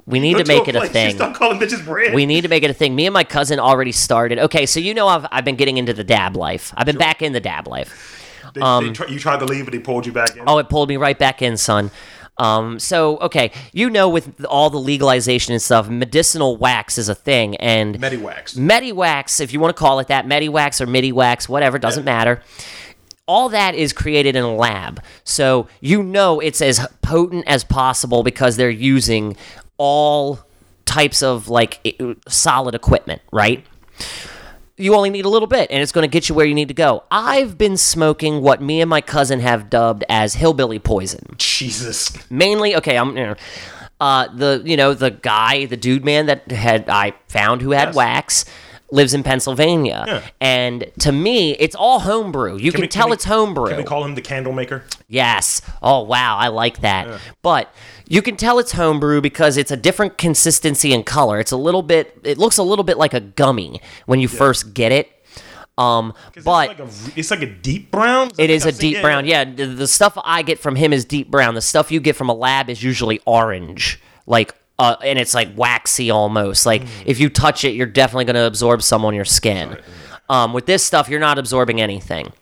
Speaker 2: we need
Speaker 1: Go
Speaker 2: to make
Speaker 1: a
Speaker 2: it a
Speaker 1: place, you
Speaker 2: thing.
Speaker 1: Stop calling bitches bread.
Speaker 2: We need to make it a thing. Me and my cousin already started. Okay, so you know I've, I've been getting into the dab life. I've been back in the dab life.
Speaker 1: They, they tr- you tried to leave, but they pulled you back in.
Speaker 2: um, Oh, it pulled me right back in, son. Um, so okay, you know with all the legalization and stuff, medicinal wax is a thing, and
Speaker 1: Mediwax.
Speaker 2: MediWax, if you want to call it that, MediWax or MidiWax, whatever, doesn't matter. All that is created in a lab. So you know it's as potent as possible because they're using all types of like i- solid equipment, right? You only need a little bit and it's going to get you where you need to go. I've been smoking what me and my cousin have dubbed as hillbilly poison
Speaker 1: Jesus.
Speaker 2: mainly okay i'm you know, uh the you know the guy the dude man that had i found who had wax lives in pennsylvania and to me it's all homebrew you can,
Speaker 1: we- can
Speaker 2: tell
Speaker 1: we-
Speaker 2: it's homebrew
Speaker 1: Can we call him the candle maker?
Speaker 2: Yes. Oh wow, I like that. But you can tell it's homebrew because it's a different consistency and color. It's a little bit. It looks a little bit like a gummy when you first get it. Um, but
Speaker 1: it's like a, it's like a deep brown.
Speaker 2: it is a
Speaker 1: I've seen-
Speaker 2: deep brown. Yeah, the, the stuff I get from him is deep brown. The stuff you get from a lab is usually orange, like, uh, and it's like waxy almost. Like
Speaker 1: Hmm.
Speaker 2: if you touch it, you're definitely going to absorb some on your skin. Um, with this stuff, you're not absorbing anything.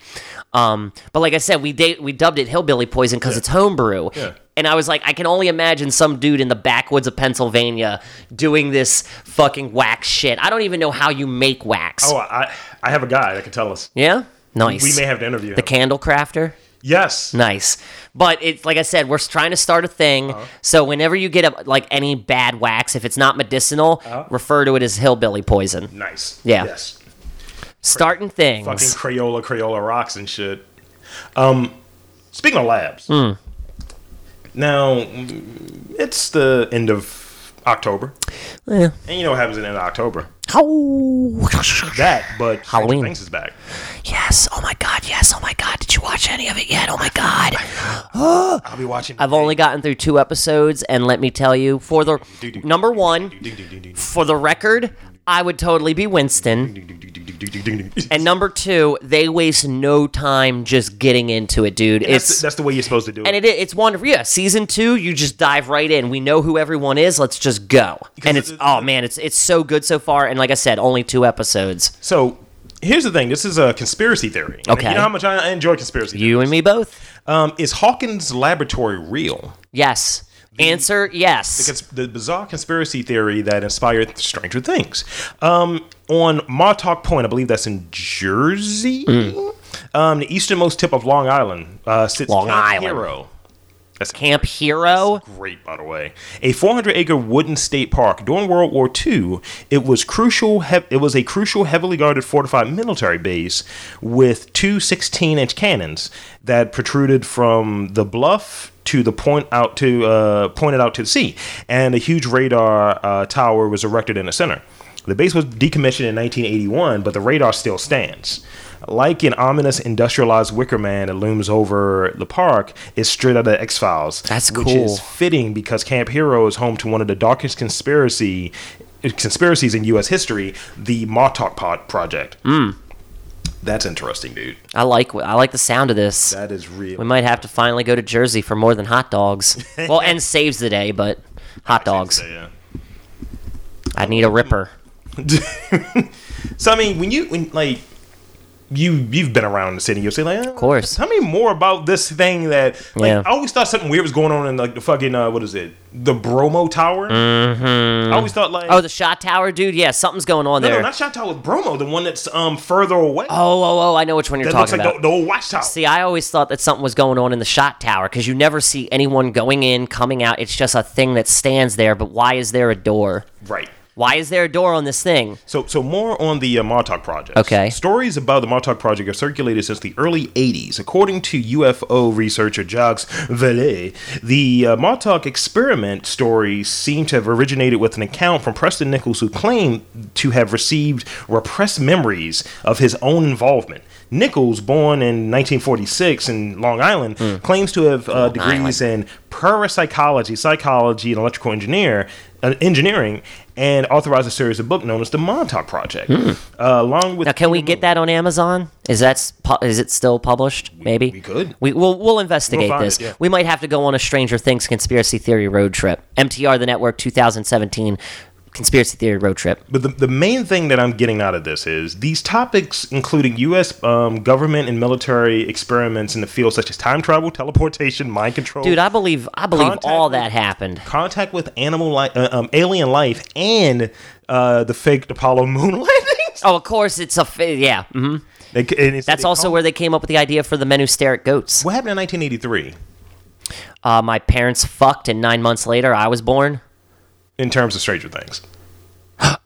Speaker 2: Um, but like I said, we da- we dubbed it hillbilly poison because it's homebrew. And I was like, I can only imagine some dude in the backwoods of Pennsylvania doing this fucking wax shit. I don't even know how you make wax.
Speaker 1: Oh, I I have a guy that can tell us.
Speaker 2: yeah, nice.
Speaker 1: We may have to interview
Speaker 2: the
Speaker 1: him.
Speaker 2: candle crafter.
Speaker 1: Yes.
Speaker 2: Nice. But it's like I said, we're trying to start a thing. So whenever you get a, like any bad wax, if it's not medicinal, refer to it as hillbilly poison.
Speaker 1: Nice.
Speaker 2: Yeah.
Speaker 1: Yes.
Speaker 2: Starting things.
Speaker 1: Fucking Crayola, Crayola rocks and shit. Um, speaking of labs.
Speaker 2: Hmm.
Speaker 1: Now, mm, it's the end of October,
Speaker 2: Yeah. Eh.
Speaker 1: and you know what happens at the end of October. that, but Halloween
Speaker 2: Halloween.
Speaker 1: Things is back.
Speaker 2: Yes. Oh my God. Yes. Oh my God. Did you watch any of it yet? Oh my God.
Speaker 1: I'll be watching.
Speaker 2: I've only gotten through two episodes, and let me tell you, for the number one, for the record, I would totally be Winston. And number two, they waste no time just getting into it, dude.
Speaker 1: that's,
Speaker 2: It's
Speaker 1: the, that's the way you're supposed to do
Speaker 2: and
Speaker 1: it.
Speaker 2: it it's wonderful. Yeah, season two, you just dive right in. We know who everyone is. Let's just go. And it's
Speaker 1: it-
Speaker 2: oh man, it's it's so good so far. And like I said, only two episodes.
Speaker 1: So here's the thing: this is a conspiracy theory. And
Speaker 2: Okay.
Speaker 1: you know how much I enjoy conspiracy.
Speaker 2: You and me both.
Speaker 1: Um, is Hawkins' laboratory real?
Speaker 2: Yes. Answer yes.
Speaker 1: It's the bizarre conspiracy theory that inspired Stranger Things. Um, on Montauk Point, I believe that's in Jersey, um, the easternmost tip of Long Island uh, sits
Speaker 2: Mm. Long
Speaker 1: Camp
Speaker 2: Island.
Speaker 1: Hero. That's
Speaker 2: Camp Hero.
Speaker 1: Great, by the way. A 400-acre wooden state park. During World War II, it was crucial. He- it was a crucial, heavily guarded, fortified military base with two 16-inch cannons that protruded from the bluff to the point out to uh, pointed out to the sea, and a huge radar uh, tower was erected in the center. The base was decommissioned in 1981, but the radar still stands. Like an ominous industrialized wicker man that looms over the park, it's straight out of X Files.
Speaker 2: That's
Speaker 1: Which
Speaker 2: cool.
Speaker 1: is fitting because Camp Hero is home to one of the darkest conspiracy conspiracies in U.S. history, the Montauk Pod Project.
Speaker 2: Hmm.
Speaker 1: That's interesting, dude.
Speaker 2: I like I like the sound of this.
Speaker 1: That is real.
Speaker 2: we might have to finally go to Jersey for more than hot dogs. well, and saves the day, but hot dogs.
Speaker 1: Yeah.
Speaker 2: I need a ripper.
Speaker 1: So I mean, when you when like you you've been around the city, you'll say like, of
Speaker 2: course.
Speaker 1: Tell me more about this thing that like
Speaker 2: Yeah.
Speaker 1: I always thought something weird was going on in like the fucking uh, what is it, the Bromo Tower? Mm-hmm. I always thought like
Speaker 2: Oh, the shot tower, dude. Yeah, something's going on
Speaker 1: no,
Speaker 2: there.
Speaker 1: no, not Shot Tower, Bromo, the one that's um further away.
Speaker 2: oh, oh, oh! I know which one you're
Speaker 1: that looks
Speaker 2: talking
Speaker 1: like
Speaker 2: about.
Speaker 1: the, the old watchtower.
Speaker 2: See, I always thought that something was going on in the shot tower because you never see anyone going in, coming out. It's just a thing that stands there. But why is there a door?
Speaker 1: Right.
Speaker 2: Why is there a door on this thing?
Speaker 1: So, so more on the uh, Montauk Project.
Speaker 2: Okay.
Speaker 1: Stories about the Montauk Project have circulated since the early 80s. According to UFO researcher Jacques Vallée, the uh, Montauk experiment stories seem to have originated with an account from Preston Nichols, who claimed to have received repressed memories of his own involvement. Nichols, born in 1946 in Long Island, claims to have uh, degrees in parapsychology, psychology, and electrical engineer uh, engineering, and authorized a series of books known as the Montauk Project, uh, along with
Speaker 2: Hmm. Now, can we get that on Amazon? Is that s- pu- is it still published? Maybe
Speaker 1: we could.
Speaker 2: We we'll, we'll investigate
Speaker 1: find
Speaker 2: this.
Speaker 1: it, yeah.
Speaker 2: We might have to go on a Stranger Things conspiracy theory road trip. MTR the Network 2017 conspiracy theory road trip.
Speaker 1: But the, the main thing that I'm getting out of this is these topics, including U.S. Um, government and military experiments in the field, such as time travel, teleportation, mind control,
Speaker 2: Dude, I believe I believe
Speaker 1: Contact
Speaker 2: all
Speaker 1: with-
Speaker 2: that happened.
Speaker 1: contact with animal li- uh, um, alien life, and uh, the faked Apollo moon landings.
Speaker 2: Oh, of course, it's a fa- yeah. hmm
Speaker 1: They c- and it's-
Speaker 2: That's
Speaker 1: they
Speaker 2: also
Speaker 1: call-
Speaker 2: where they came up with the idea for the men who stare at goats.
Speaker 1: what happened in 1983
Speaker 2: Uh, my parents fucked, and nine months later, I was born.
Speaker 1: in terms of Stranger Things.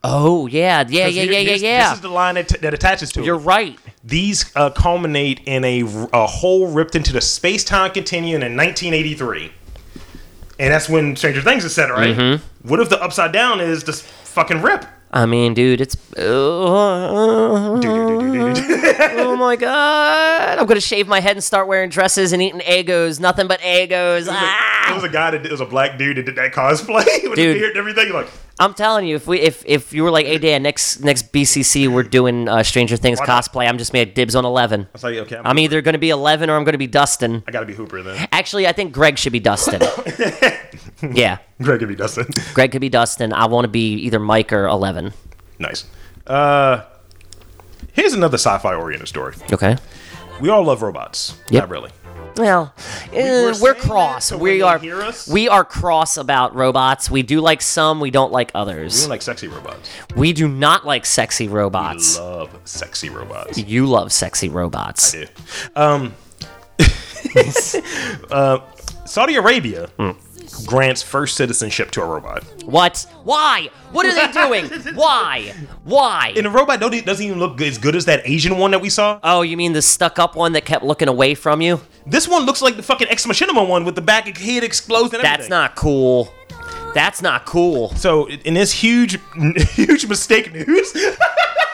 Speaker 2: Oh yeah, yeah, yeah,
Speaker 1: Here-
Speaker 2: yeah, yeah,
Speaker 1: here's-
Speaker 2: yeah.
Speaker 1: This is the line that, that attaches to it.
Speaker 2: You're right.
Speaker 1: These uh, culminate in a, a hole ripped into the space time continuum in 1983. And that's when Stranger Things is set, right?
Speaker 2: Mm-hmm.
Speaker 1: What if the upside down is this fucking rip?
Speaker 2: I mean, dude, it's. Oh my god! I'm gonna shave my head and start wearing dresses and eating egos. Nothing but egos.
Speaker 1: It
Speaker 2: Ah!
Speaker 1: was a guy that it was a black dude that did that cosplay with the
Speaker 2: Dude.
Speaker 1: beard and everything. Like,
Speaker 2: I'm telling you, if we if if you were like, hey Dan, next next BCC we're doing uh, Stranger Things
Speaker 1: not?
Speaker 2: cosplay. I'm just made dibs on eleven.
Speaker 1: it's like okay, I'm,
Speaker 2: I'm either gonna be eleven or I'm gonna be Dustin.
Speaker 1: I gotta be Hooper then.
Speaker 2: Actually, I think Greg should be Dustin. yeah,
Speaker 1: Greg could be Dustin.
Speaker 2: Greg could be Dustin. I want to be either Mike or eleven.
Speaker 1: nice. Uh, here's another sci-fi oriented story.
Speaker 2: Okay.
Speaker 1: We all love robots.
Speaker 2: Yep.
Speaker 1: Not really.
Speaker 2: Well,
Speaker 1: were
Speaker 2: eh,
Speaker 1: saying
Speaker 2: we're
Speaker 1: that
Speaker 2: cross.
Speaker 1: so
Speaker 2: We
Speaker 1: when they
Speaker 2: are
Speaker 1: hear us-
Speaker 2: we are cross about robots. We do like some, we don't like
Speaker 1: We
Speaker 2: others.
Speaker 1: like sexy robots.
Speaker 2: We do not like sexy robots.
Speaker 1: Love sexy robots.
Speaker 2: You love sexy robots.
Speaker 1: do. Um, uh, Saudi Arabia grants first citizenship to a robot,
Speaker 2: What? Why? What are they doing? Why? Why?
Speaker 1: and the robot don't, e, doesn't even look as good as that Asian one that we saw. Uh,
Speaker 2: oh, you mean the stuck-up one that kept looking away from you?
Speaker 1: This one looks like the fucking ex machinima one with the back head exposed. And
Speaker 2: That's
Speaker 1: everything.
Speaker 2: not cool. That's not cool.
Speaker 1: So in this huge, huge mistake news,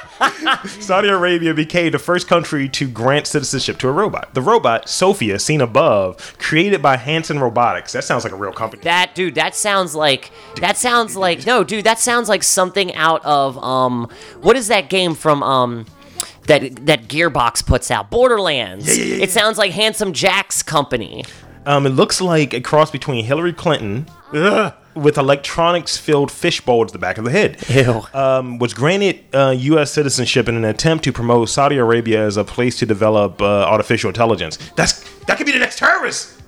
Speaker 1: Saudi Arabia became the first country to grant citizenship to a robot. The robot Sophia, seen above, created by Hanson Robotics. That sounds like a real company.
Speaker 2: That dude, that sounds like that sounds like no, dude, that sounds like something out of um what is that game from um that that Gearbox puts out? Borderlands.
Speaker 1: Yeah, yeah, yeah,
Speaker 2: It sounds like Handsome Jack's company.
Speaker 1: Um, it looks like a cross between Hillary Clinton ugh, with electronics-filled fishbowl to the back of the head.
Speaker 2: Ew.
Speaker 1: Um, was granted uh, U.S. citizenship in an attempt to promote Saudi Arabia as a place to develop uh, artificial intelligence. That's that could be the next terrorist.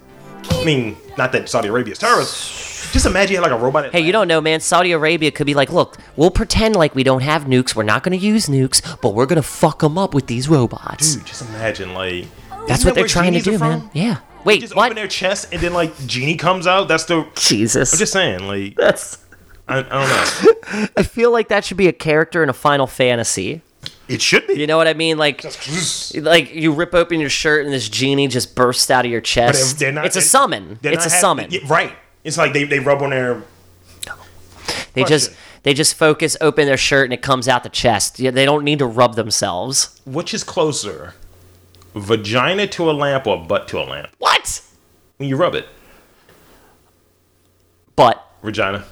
Speaker 1: I mean, not that Saudi Arabia is terrorist. Just imagine you had like a robot.
Speaker 2: Hey, you don't know, man. Saudi Arabia could be like, look, we'll pretend like we don't have nukes. We're not going to use nukes, but we're going to fuck them up with these robots.
Speaker 1: Dude, just imagine like
Speaker 2: That's
Speaker 1: Isn't
Speaker 2: what
Speaker 1: that
Speaker 2: they're
Speaker 1: where
Speaker 2: trying to
Speaker 1: genies are
Speaker 2: do, man.
Speaker 1: from?
Speaker 2: Yeah.
Speaker 1: They
Speaker 2: Wait,
Speaker 1: just
Speaker 2: what?
Speaker 1: open their chest and then like genie comes out. That's the.
Speaker 2: Jesus.
Speaker 1: I'm just saying, like
Speaker 2: That's.
Speaker 1: I, I don't know.
Speaker 2: I feel like that should be a character in a Final Fantasy.
Speaker 1: It should be.
Speaker 2: You know what I mean? Like, like you rip open your shirt and this genie just bursts out of your chest.
Speaker 1: They're not-
Speaker 2: it's a
Speaker 1: they're-
Speaker 2: summon.
Speaker 1: they're
Speaker 2: It's a
Speaker 1: not happy-
Speaker 2: summon.
Speaker 1: Yeah, right. It's like they, they rub on their.
Speaker 2: They just
Speaker 1: Question.
Speaker 2: they just focus, open their shirt, and it comes out the chest. Yeah, they don't need to rub themselves.
Speaker 1: Which is closer, vagina to a lamp or butt to a lamp?
Speaker 2: What?
Speaker 1: When you rub it,
Speaker 2: But
Speaker 1: Regina,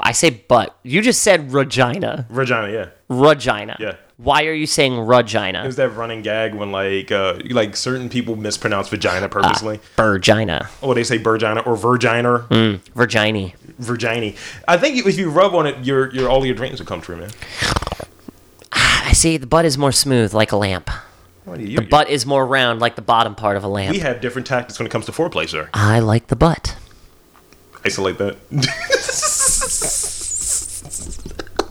Speaker 2: I say butt. You just said Regina.
Speaker 1: Regina, yeah.
Speaker 2: Regina.
Speaker 1: Yeah.
Speaker 2: Why are you saying Regina?
Speaker 1: There's that running gag when like uh, like certain people mispronounce vagina purposely,
Speaker 2: Ah. Virgina.
Speaker 1: or they say virgina or virginer,
Speaker 2: Mm. Virgini.
Speaker 1: virgini. I think if you rub on it, your your all your dreams will come true, man.
Speaker 2: I see the butt is more smooth, like a lamp.
Speaker 1: What do you- you-
Speaker 2: Butt is more round, like the bottom part of a lamp.
Speaker 1: we have different tactics when it comes to foreplay, sir.
Speaker 2: I like the butt.
Speaker 1: Isolate that.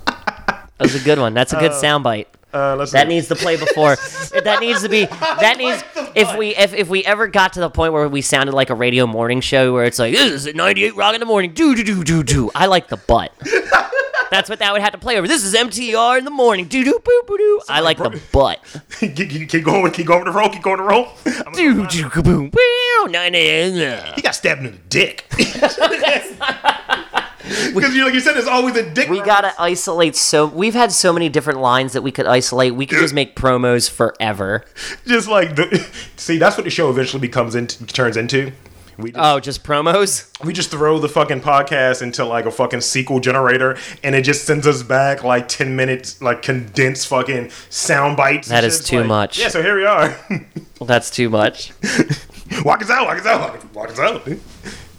Speaker 2: That was a good one. That's a good soundbite.
Speaker 1: Uh, let's
Speaker 2: That needs to play before. that needs to be. That needs. If we if, if we ever got to the point where we sounded like a radio morning show where it's like this is at ninety eight rock in the morning. Do do do do do. I like the butt. That's what that would have to play over. This is MTR in the morning. Do do boo boo doo. I like the butt.
Speaker 1: keep, keep- keep going, keep going to the roll, keep going to the roll. I'm gonna-
Speaker 2: Do do kaboom. Wow, nine a.m.
Speaker 1: He got stabbed in the dick. Because you like you said, there's always a dick.
Speaker 2: We gotta isolate. So we've had so many different lines that we could isolate. We could just make promos forever.
Speaker 1: just like the see. That's what the show eventually becomes into turns into. We just,
Speaker 2: Oh, just promos.
Speaker 1: we just throw the fucking podcast into like a fucking sequel generator, and it just sends us back like ten minutes, like condensed fucking sound bites. and
Speaker 2: That is
Speaker 1: shit. It's
Speaker 2: too
Speaker 1: like,
Speaker 2: much.
Speaker 1: Yeah, so here we are.
Speaker 2: That's too much.
Speaker 1: walk us out, walk us out, walk us- walk us out.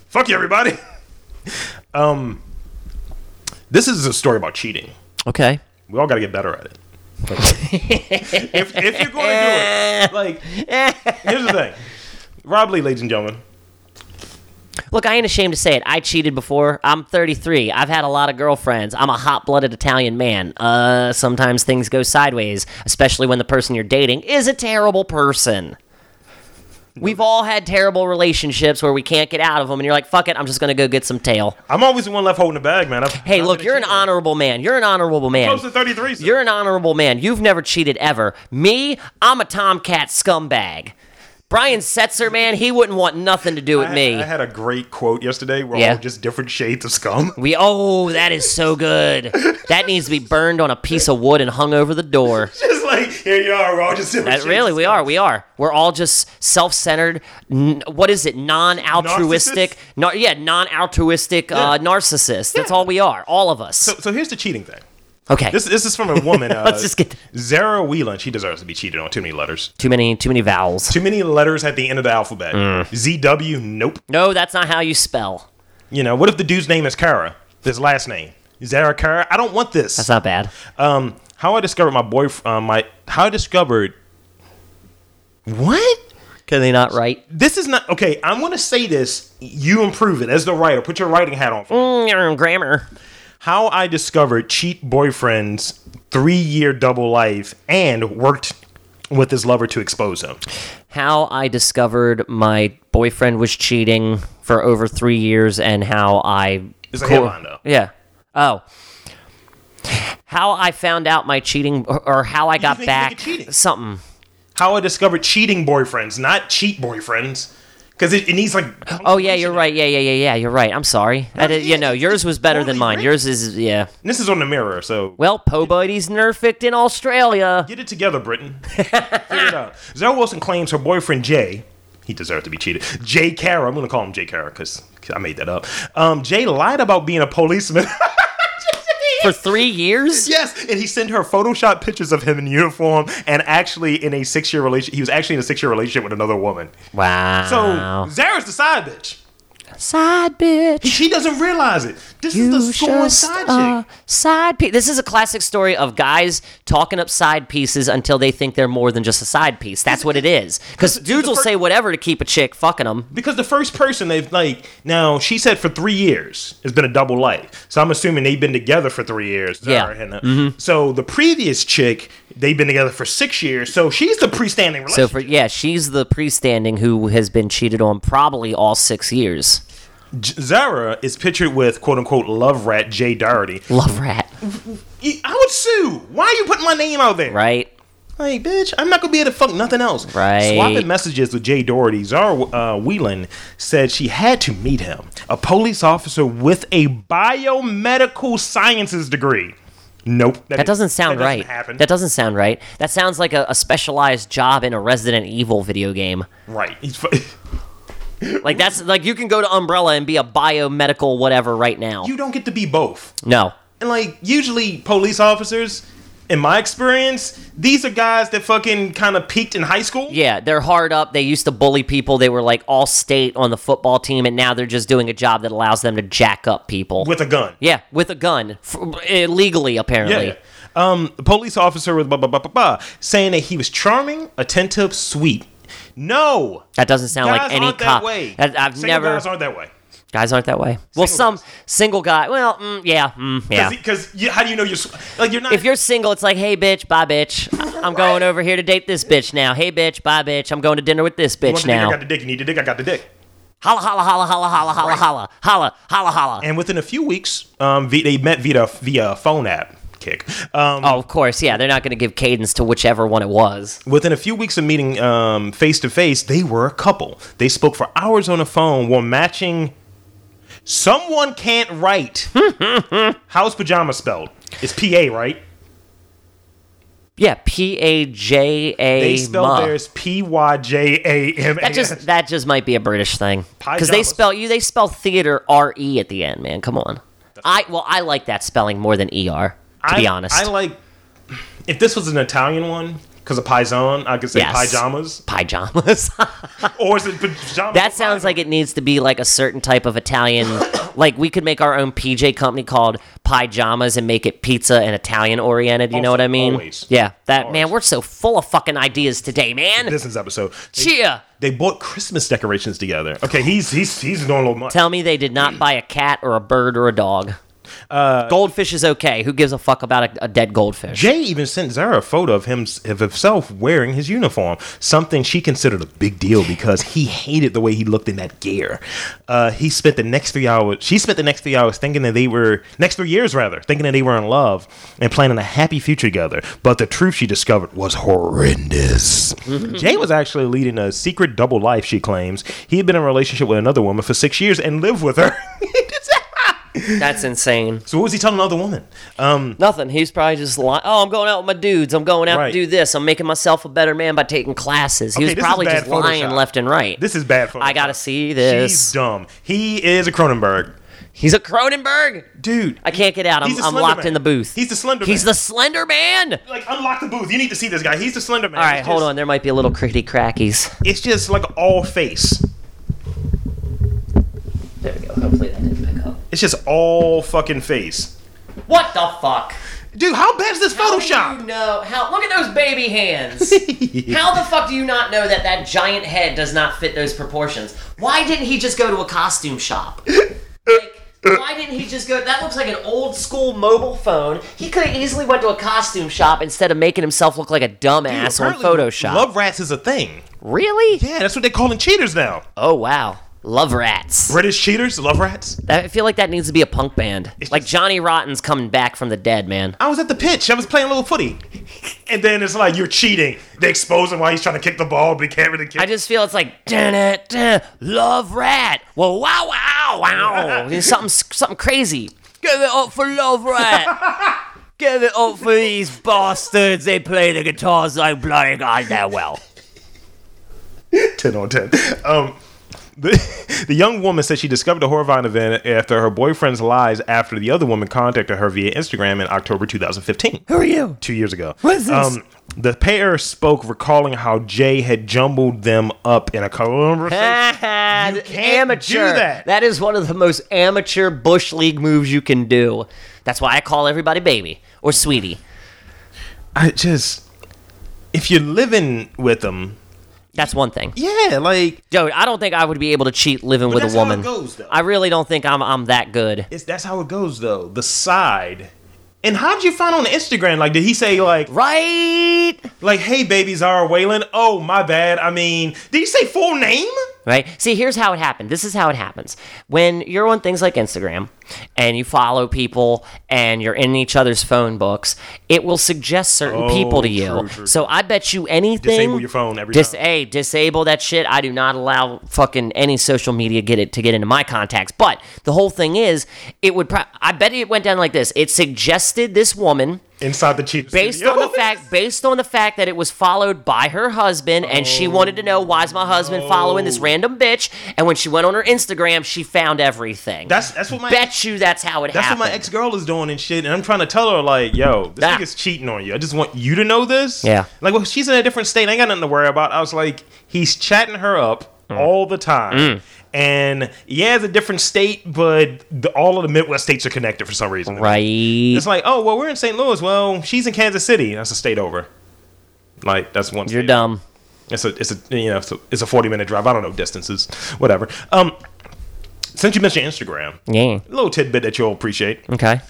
Speaker 1: Fuck you, everybody. Um, this is a story about cheating.
Speaker 2: Okay.
Speaker 1: We all got to get better at it. if, if you're going to do it, like, here's the thing. Rob Lee, ladies and gentlemen,
Speaker 2: Look, I ain't ashamed to say it. I cheated before. I'm 33. I've had a lot of girlfriends. I'm a hot-blooded Italian man. Uh, sometimes things go sideways, especially when the person you're dating is a terrible person. We've all had terrible relationships where we can't get out of them, and you're like, "Fuck it, I'm just gonna go get some tail."
Speaker 1: I'm always the one left holding the bag, man. I've,
Speaker 2: Hey,
Speaker 1: I've
Speaker 2: look,
Speaker 1: been a
Speaker 2: you're an
Speaker 1: cheater.
Speaker 2: honorable man. You're an honorable man.
Speaker 1: Close to 33. sir.
Speaker 2: You're an honorable man. You've never cheated ever. Me, I'm a tomcat scumbag. Brian Setzer, man, he wouldn't want nothing to do with
Speaker 1: I,
Speaker 2: me.
Speaker 1: I had a great quote yesterday. We're
Speaker 2: Yeah.
Speaker 1: all just different shades of scum.
Speaker 2: We oh, that is so good. that needs to be burned on a piece of wood and hung over the door.
Speaker 1: just like, here you are. We're all just different
Speaker 2: That
Speaker 1: shades
Speaker 2: really,
Speaker 1: of
Speaker 2: we
Speaker 1: scum.
Speaker 2: are. We are. We're all just self-centered. N- what is it? Non-altruistic. Nar- yeah, non-altruistic uh, narcissist. That's all we are. All of us.
Speaker 1: So, so here's the cheating thing.
Speaker 2: okay.
Speaker 1: This, this is from a woman. Uh,
Speaker 2: Let's just get
Speaker 1: Zara Whelan. She deserves to be cheated on. Too many letters.
Speaker 2: too many too many vowels.
Speaker 1: Too many letters at the end of the alphabet.
Speaker 2: Mm.
Speaker 1: ZW, nope.
Speaker 2: No, that's not how you spell.
Speaker 1: You know, what if the dude's name is Kara? His last name. Zara Kara? I don't want this.
Speaker 2: That's not bad.
Speaker 1: um, how I discovered my boyfriend, uh, my how I discovered what
Speaker 2: Can they not write?
Speaker 1: this is not okay. I'm gonna say this. You improve it as the writer. Put your writing hat on. for me.
Speaker 2: Mm, grammar.
Speaker 1: How I discovered cheat boyfriend's three year double life and worked with his lover to expose him.
Speaker 2: how I discovered my boyfriend was cheating for over three years and how I.
Speaker 1: It's a headline, though.
Speaker 2: Yeah. Oh. How I found out my cheating or, or how I got
Speaker 1: think you think
Speaker 2: back
Speaker 1: it's cheating?
Speaker 2: something.
Speaker 1: How I discovered cheating boyfriends, not cheat boyfriends. because it, it needs like.
Speaker 2: Oh yeah, you're right. Yeah, yeah, yeah, yeah. You're right. I'm sorry. I did, you know, yours was better than
Speaker 1: totally
Speaker 2: mine.
Speaker 1: right.
Speaker 2: Yours is yeah.
Speaker 1: And this is on the mirror, so
Speaker 2: Well, Pobody's nerfed in Australia.
Speaker 1: Get it together, Britain. Figure it out. Zoe Wilson claims her boyfriend Jay, he deserved to be cheated. Jay Kara, I'm going to call him Jay Kara because I made that up. Um, Jay lied about being a policeman.
Speaker 2: For three years?
Speaker 1: yes, and he sent her Photoshop pictures of him in uniform and actually in a six year relationship. He was actually in a six year relationship with another woman. So
Speaker 2: Wow.
Speaker 1: Zara's the side bitch.
Speaker 2: side bitch.
Speaker 1: She doesn't realize it. This is the scoring side chick.
Speaker 2: uh, side piece. This is a classic story of guys talking up side pieces until they think they're more than just a side piece. That's what it is. Because dudes will
Speaker 1: fir-
Speaker 2: say whatever to keep a chick fucking them.
Speaker 1: Because the first person they've like now, she said for three years it's been a double life. So I'm assuming they've been together for three years. Zara
Speaker 2: Yeah. Mm-hmm.
Speaker 1: and, uh, So the previous chick, they've been together for six years. So she's the pre-standing
Speaker 2: So
Speaker 1: relationship.
Speaker 2: for yeah, she's the pre-standing who has been cheated on probably all six years.
Speaker 1: J- Zara is pictured with quote unquote love rat Jay Doherty.
Speaker 2: Love rat,
Speaker 1: E- I would sue. Why are you putting my name out there?
Speaker 2: right?
Speaker 1: Like, bitch, I'm not gonna be able to fuck nothing else.
Speaker 2: Right.
Speaker 1: Swapping messages with Jay Doherty, Zara uh, Whelan said she had to meet him, a police officer with a biomedical sciences degree. Nope.
Speaker 2: That doesn't sound
Speaker 1: that
Speaker 2: right.
Speaker 1: Happen.
Speaker 2: That doesn't sound right. That sounds like a, a specialized job in a Resident Evil video game.
Speaker 1: right. He's fu-
Speaker 2: Like that's like you can go to Umbrella and be a biomedical whatever right now.
Speaker 1: you don't get to be both.
Speaker 2: no.
Speaker 1: And like, usually police officers, in my experience, these are guys that fucking kind of peaked in high school.
Speaker 2: Yeah, they're hard up. They used to bully people. They were like all state on the football team, and now they're just doing a job that allows them to jack up people.
Speaker 1: With a gun.
Speaker 2: yeah, with a gun, f- illegally apparently.
Speaker 1: Yeah. Um, the police officer was blah, blah, blah, blah, blah, saying that he was charming, attentive, sweet. No.
Speaker 2: That doesn't sound
Speaker 1: guys
Speaker 2: like any
Speaker 1: aren't
Speaker 2: cop.
Speaker 1: that way.
Speaker 2: That- I've
Speaker 1: Single
Speaker 2: never
Speaker 1: guys aren't that way.
Speaker 2: guys aren't that way. well, some
Speaker 1: guys.
Speaker 2: single guy. Well, mm, yeah, mm, yeah.
Speaker 1: Because how do you know you're sw- like you're not?
Speaker 2: if you're single, it's like, hey, bitch, bye, bitch. I'm going over here to date this bitch now. Hey, bitch, bye, bitch. I'm going to dinner with this
Speaker 1: you want
Speaker 2: bitch
Speaker 1: the dick, I
Speaker 2: now.
Speaker 1: got the dick. You need the dick. I got the dick.
Speaker 2: Holla, holla, holla, holla, holla, holla, holla, holla, holla, holla.
Speaker 1: And within a few weeks, um, v- they met via via phone app. Kick. Um,
Speaker 2: Oh, of course, yeah. They're not going to give cadence to whichever one it was.
Speaker 1: Within a few weeks of meeting um, face to face, they were a couple. They spoke for hours on the phone while matching. Someone can't write. How's pajama spelled? It's P A, right?
Speaker 2: Yeah, P A J
Speaker 1: They
Speaker 2: A.
Speaker 1: spelled theirs P Y J A M A.
Speaker 2: That just that just might be a British thing because they
Speaker 1: Pyjamas.
Speaker 2: spell you they spell theater R E at the end, man. Come on. I well, I like that spelling more than E R. To be
Speaker 1: I-
Speaker 2: honest,
Speaker 1: I like if this was an Italian one because of paisan, I could say
Speaker 2: Yes.
Speaker 1: pajamas,
Speaker 2: pajamas.
Speaker 1: or is it pajamas?
Speaker 2: That sounds like it needs to be like a certain type of Italian. like we could make our own PJ company called Pyjamas and make it pizza and Italian oriented. You know
Speaker 1: Also,
Speaker 2: what I mean?
Speaker 1: always.
Speaker 2: Yeah. That man,
Speaker 1: Always.
Speaker 2: we're so full of fucking ideas today, man.
Speaker 1: business episode. They,
Speaker 2: Cheer.
Speaker 1: they bought Christmas decorations together. Okay, he's he's he's doing a little much.
Speaker 2: Tell me they did not buy a cat or a bird or a dog.
Speaker 1: Uh,
Speaker 2: goldfish is okay. Who gives a fuck about a, a dead goldfish?
Speaker 1: Jay even sent Zara a photo of him of himself wearing his uniform, something she considered a big deal because he hated the way he looked in that gear. Uh, he spent the next three hours. She spent the next three hours thinking that they were next three years rather, thinking that they were in love and planning a happy future together. But the truth she discovered was horrendous. Jay was actually leading a secret double life. She claims he had been in a relationship with another woman for six years and lived with her.
Speaker 2: That's insane.
Speaker 1: so what was he telling another woman?
Speaker 2: Nothing. He's probably just like, oh, I'm going out with my dudes. I'm going out
Speaker 1: Right.
Speaker 2: to do this. I'm making myself a better man by taking classes.
Speaker 1: Okay,
Speaker 2: He was
Speaker 1: this is
Speaker 2: probably
Speaker 1: bad
Speaker 2: just lying
Speaker 1: Photoshop.
Speaker 2: left and right.
Speaker 1: This is bad for.
Speaker 2: I gotta see
Speaker 1: She's
Speaker 2: this.
Speaker 1: dumb. He is a Cronenberg.
Speaker 2: He's a Cronenberg.
Speaker 1: Dude,
Speaker 2: I can't get out. I'm,
Speaker 1: He's the
Speaker 2: I'm
Speaker 1: Slender
Speaker 2: locked
Speaker 1: Man.
Speaker 2: in the booth.
Speaker 1: He's the Slender
Speaker 2: He's
Speaker 1: Man.
Speaker 2: the Slender Man. All
Speaker 1: like unlock the booth. You need to see this guy. He's the Slender Man.
Speaker 2: right,
Speaker 1: It's
Speaker 2: hold
Speaker 1: just-
Speaker 2: on. There might be a little crickety crackies.
Speaker 1: It's just like all face.
Speaker 2: There we go. Hopefully that didn't pick up.
Speaker 1: It's just all fucking face.
Speaker 2: What the fuck?
Speaker 1: Dude, how bad is this
Speaker 2: How do
Speaker 1: Photoshop?
Speaker 2: you know? How? Look at those baby hands. how the fuck do you not know that that giant head does not fit those proportions? Why didn't he just go to a costume shop? Like, why didn't he just go? That looks like an old school mobile phone. He could have easily went to a costume shop instead of making himself look like a dumbass on
Speaker 1: Apparently,
Speaker 2: Photoshop.
Speaker 1: Love rats is a thing.
Speaker 2: really?
Speaker 1: Yeah, that's what they're calling cheaters now.
Speaker 2: Oh wow. Love Rats.
Speaker 1: British cheaters love rats.
Speaker 2: That- I feel like that needs to be a punk band. Like Johnny Rotten's coming back from the dead, man.
Speaker 1: I was at the pitch. I was playing a little footy, and then it's like you're cheating. They expose him while he's trying to kick the ball, but he can't really kick.
Speaker 2: I just feel it's like dun, dun, dun, love rat. Well, wow, wow, wow. There's something, something crazy. Give it up for love rat. Give it up for these bastards. They play the guitars like bloody goddamn well.
Speaker 1: ten on ten. Um, the, the young woman said she discovered the horrifying event after her boyfriend's lies after the other woman contacted her via Instagram in October 2015.
Speaker 2: Who are you?
Speaker 1: two years ago. Um,
Speaker 2: What is this?
Speaker 1: the pair spoke, recalling how Jay had jumbled them up in a conversation. You can't
Speaker 2: amateur.
Speaker 1: do that.
Speaker 2: That is one of the most amateur bush league moves you can do. That's why I call everybody baby or sweetie.
Speaker 1: I just, if you're living with them,
Speaker 2: That's one thing.
Speaker 1: yeah, like
Speaker 2: Dude, I don't think I would be able to cheat living with
Speaker 1: that's
Speaker 2: a
Speaker 1: how it
Speaker 2: woman.
Speaker 1: goes, though.
Speaker 2: I really don't think I'm I'm that good.
Speaker 1: it's that's how it goes though. The side. And how'd you find on Instagram? Like, did he say like,
Speaker 2: Right?
Speaker 1: like, hey, baby Zara Whalen? Oh, my bad. I mean, did he say full name?
Speaker 2: Right? See, here's how it happened. This is how it happens. When you're on things like Instagram and you follow people and you're in each other's phone books, it will suggest certain
Speaker 1: Oh,
Speaker 2: people to you.
Speaker 1: true, true,
Speaker 2: So I bet you anything.
Speaker 1: Disable your phone every
Speaker 2: Dis-
Speaker 1: time.
Speaker 2: Hey, disable that shit. I do not allow fucking any social media get it to get into my contacts. But the whole thing is, it would. Pro- I bet it went down like this. It suggested this woman
Speaker 1: Inside the cheat.
Speaker 2: based on the fact based on the fact that it was followed by her husband and
Speaker 1: Oh.
Speaker 2: she wanted to know why's my husband following this random bitch and when she went on her instagram she found everything
Speaker 1: That's that's what my
Speaker 2: bet you that's how it
Speaker 1: That's
Speaker 2: happened
Speaker 1: what my ex girl is doing and shit. And I'm trying to tell her, like, yo, this
Speaker 2: Nah.
Speaker 1: nigga's cheating on you. I just want you to know this.
Speaker 2: Yeah.
Speaker 1: Like, well, she's in a different state. I ain't got nothing to worry about. I was like, he's chatting her up
Speaker 2: Mm.
Speaker 1: all the time. And yeah, it's a different state, but the, all of the Midwest states are connected for some reason.
Speaker 2: right
Speaker 1: It's like, oh, well, we're in St. Louis. Well, she's in Kansas City. That's a state over. Like, that's one
Speaker 2: you're
Speaker 1: state.
Speaker 2: dumb
Speaker 1: It's a it's a you know it's a, it's a forty minute drive. I don't know distances, whatever. Um, since you mentioned Instagram,
Speaker 2: yeah
Speaker 1: a little tidbit that you'll appreciate.
Speaker 2: okay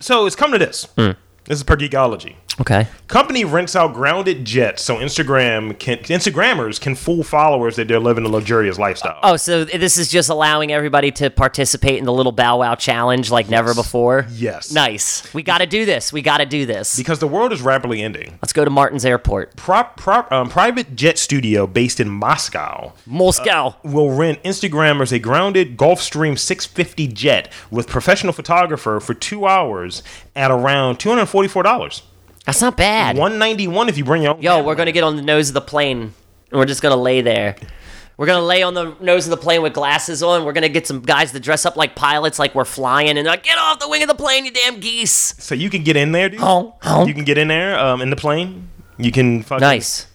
Speaker 1: So it's come to this. This is per geekology.
Speaker 2: okay
Speaker 1: Company rents out grounded jets so Instagram can Instagrammers can fool followers that they're living a luxurious lifestyle.
Speaker 2: oh so this is just allowing everybody to participate in the little bow wow challenge like never before
Speaker 1: Yes.
Speaker 2: nice we gotta do this we gotta do this
Speaker 1: Because the world is rapidly ending.
Speaker 2: let's go to martin's airport
Speaker 1: Prop, prop, um, private jet studio based in Moscow
Speaker 2: moscow
Speaker 1: will rent Instagrammers a grounded Gulfstream 650 jet with professional photographer for two hours at around $244.
Speaker 2: that's not bad
Speaker 1: 191 if you bring your own.
Speaker 2: Yo,
Speaker 1: camera.
Speaker 2: we're gonna get on the nose of the plane, and we're just gonna lay there. We're gonna lay on the nose of the plane with glasses on. We're gonna get some guys to dress up like pilots, like we're flying, and they're like, "Get off the wing of the plane, you damn geese!"
Speaker 1: So you can get in there, dude.
Speaker 2: Honk, honk.
Speaker 1: You can get in there um, in the plane. You can fucking.
Speaker 2: Nice.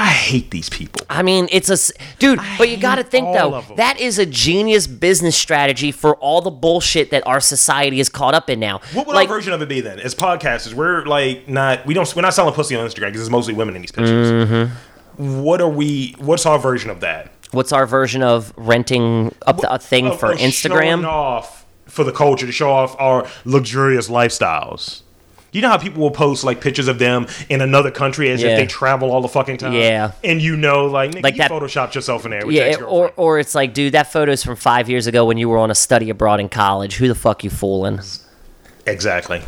Speaker 1: I hate these people.
Speaker 2: I mean, it's a s- dude, but you
Speaker 1: hate
Speaker 2: gotta think
Speaker 1: all
Speaker 2: though.
Speaker 1: of 'em.
Speaker 2: That is a genius business strategy for all the bullshit that our society is caught up in now.
Speaker 1: What would
Speaker 2: like,
Speaker 1: our version of it be then? As podcasters, we're like not we don't we're not selling pussy on Instagram because it's mostly women in these pictures.
Speaker 2: Mm-hmm.
Speaker 1: What are we? What's our version of that?
Speaker 2: what's our version of renting up the, a thing
Speaker 1: Of-
Speaker 2: for
Speaker 1: of showing
Speaker 2: Instagram?
Speaker 1: off for the culture to show off our luxurious lifestyles. You know how people will post like pictures of them in another country as
Speaker 2: Yeah.
Speaker 1: if they travel all the fucking time.
Speaker 2: Yeah.
Speaker 1: and you know, like, nigga,
Speaker 2: Like
Speaker 1: you
Speaker 2: that-
Speaker 1: photoshopped yourself in there. With
Speaker 2: Yeah,
Speaker 1: yeah,
Speaker 2: or or it's like, dude, that photo's from five years ago when you were on a study abroad in college. Who the fuck you fooling?
Speaker 1: exactly.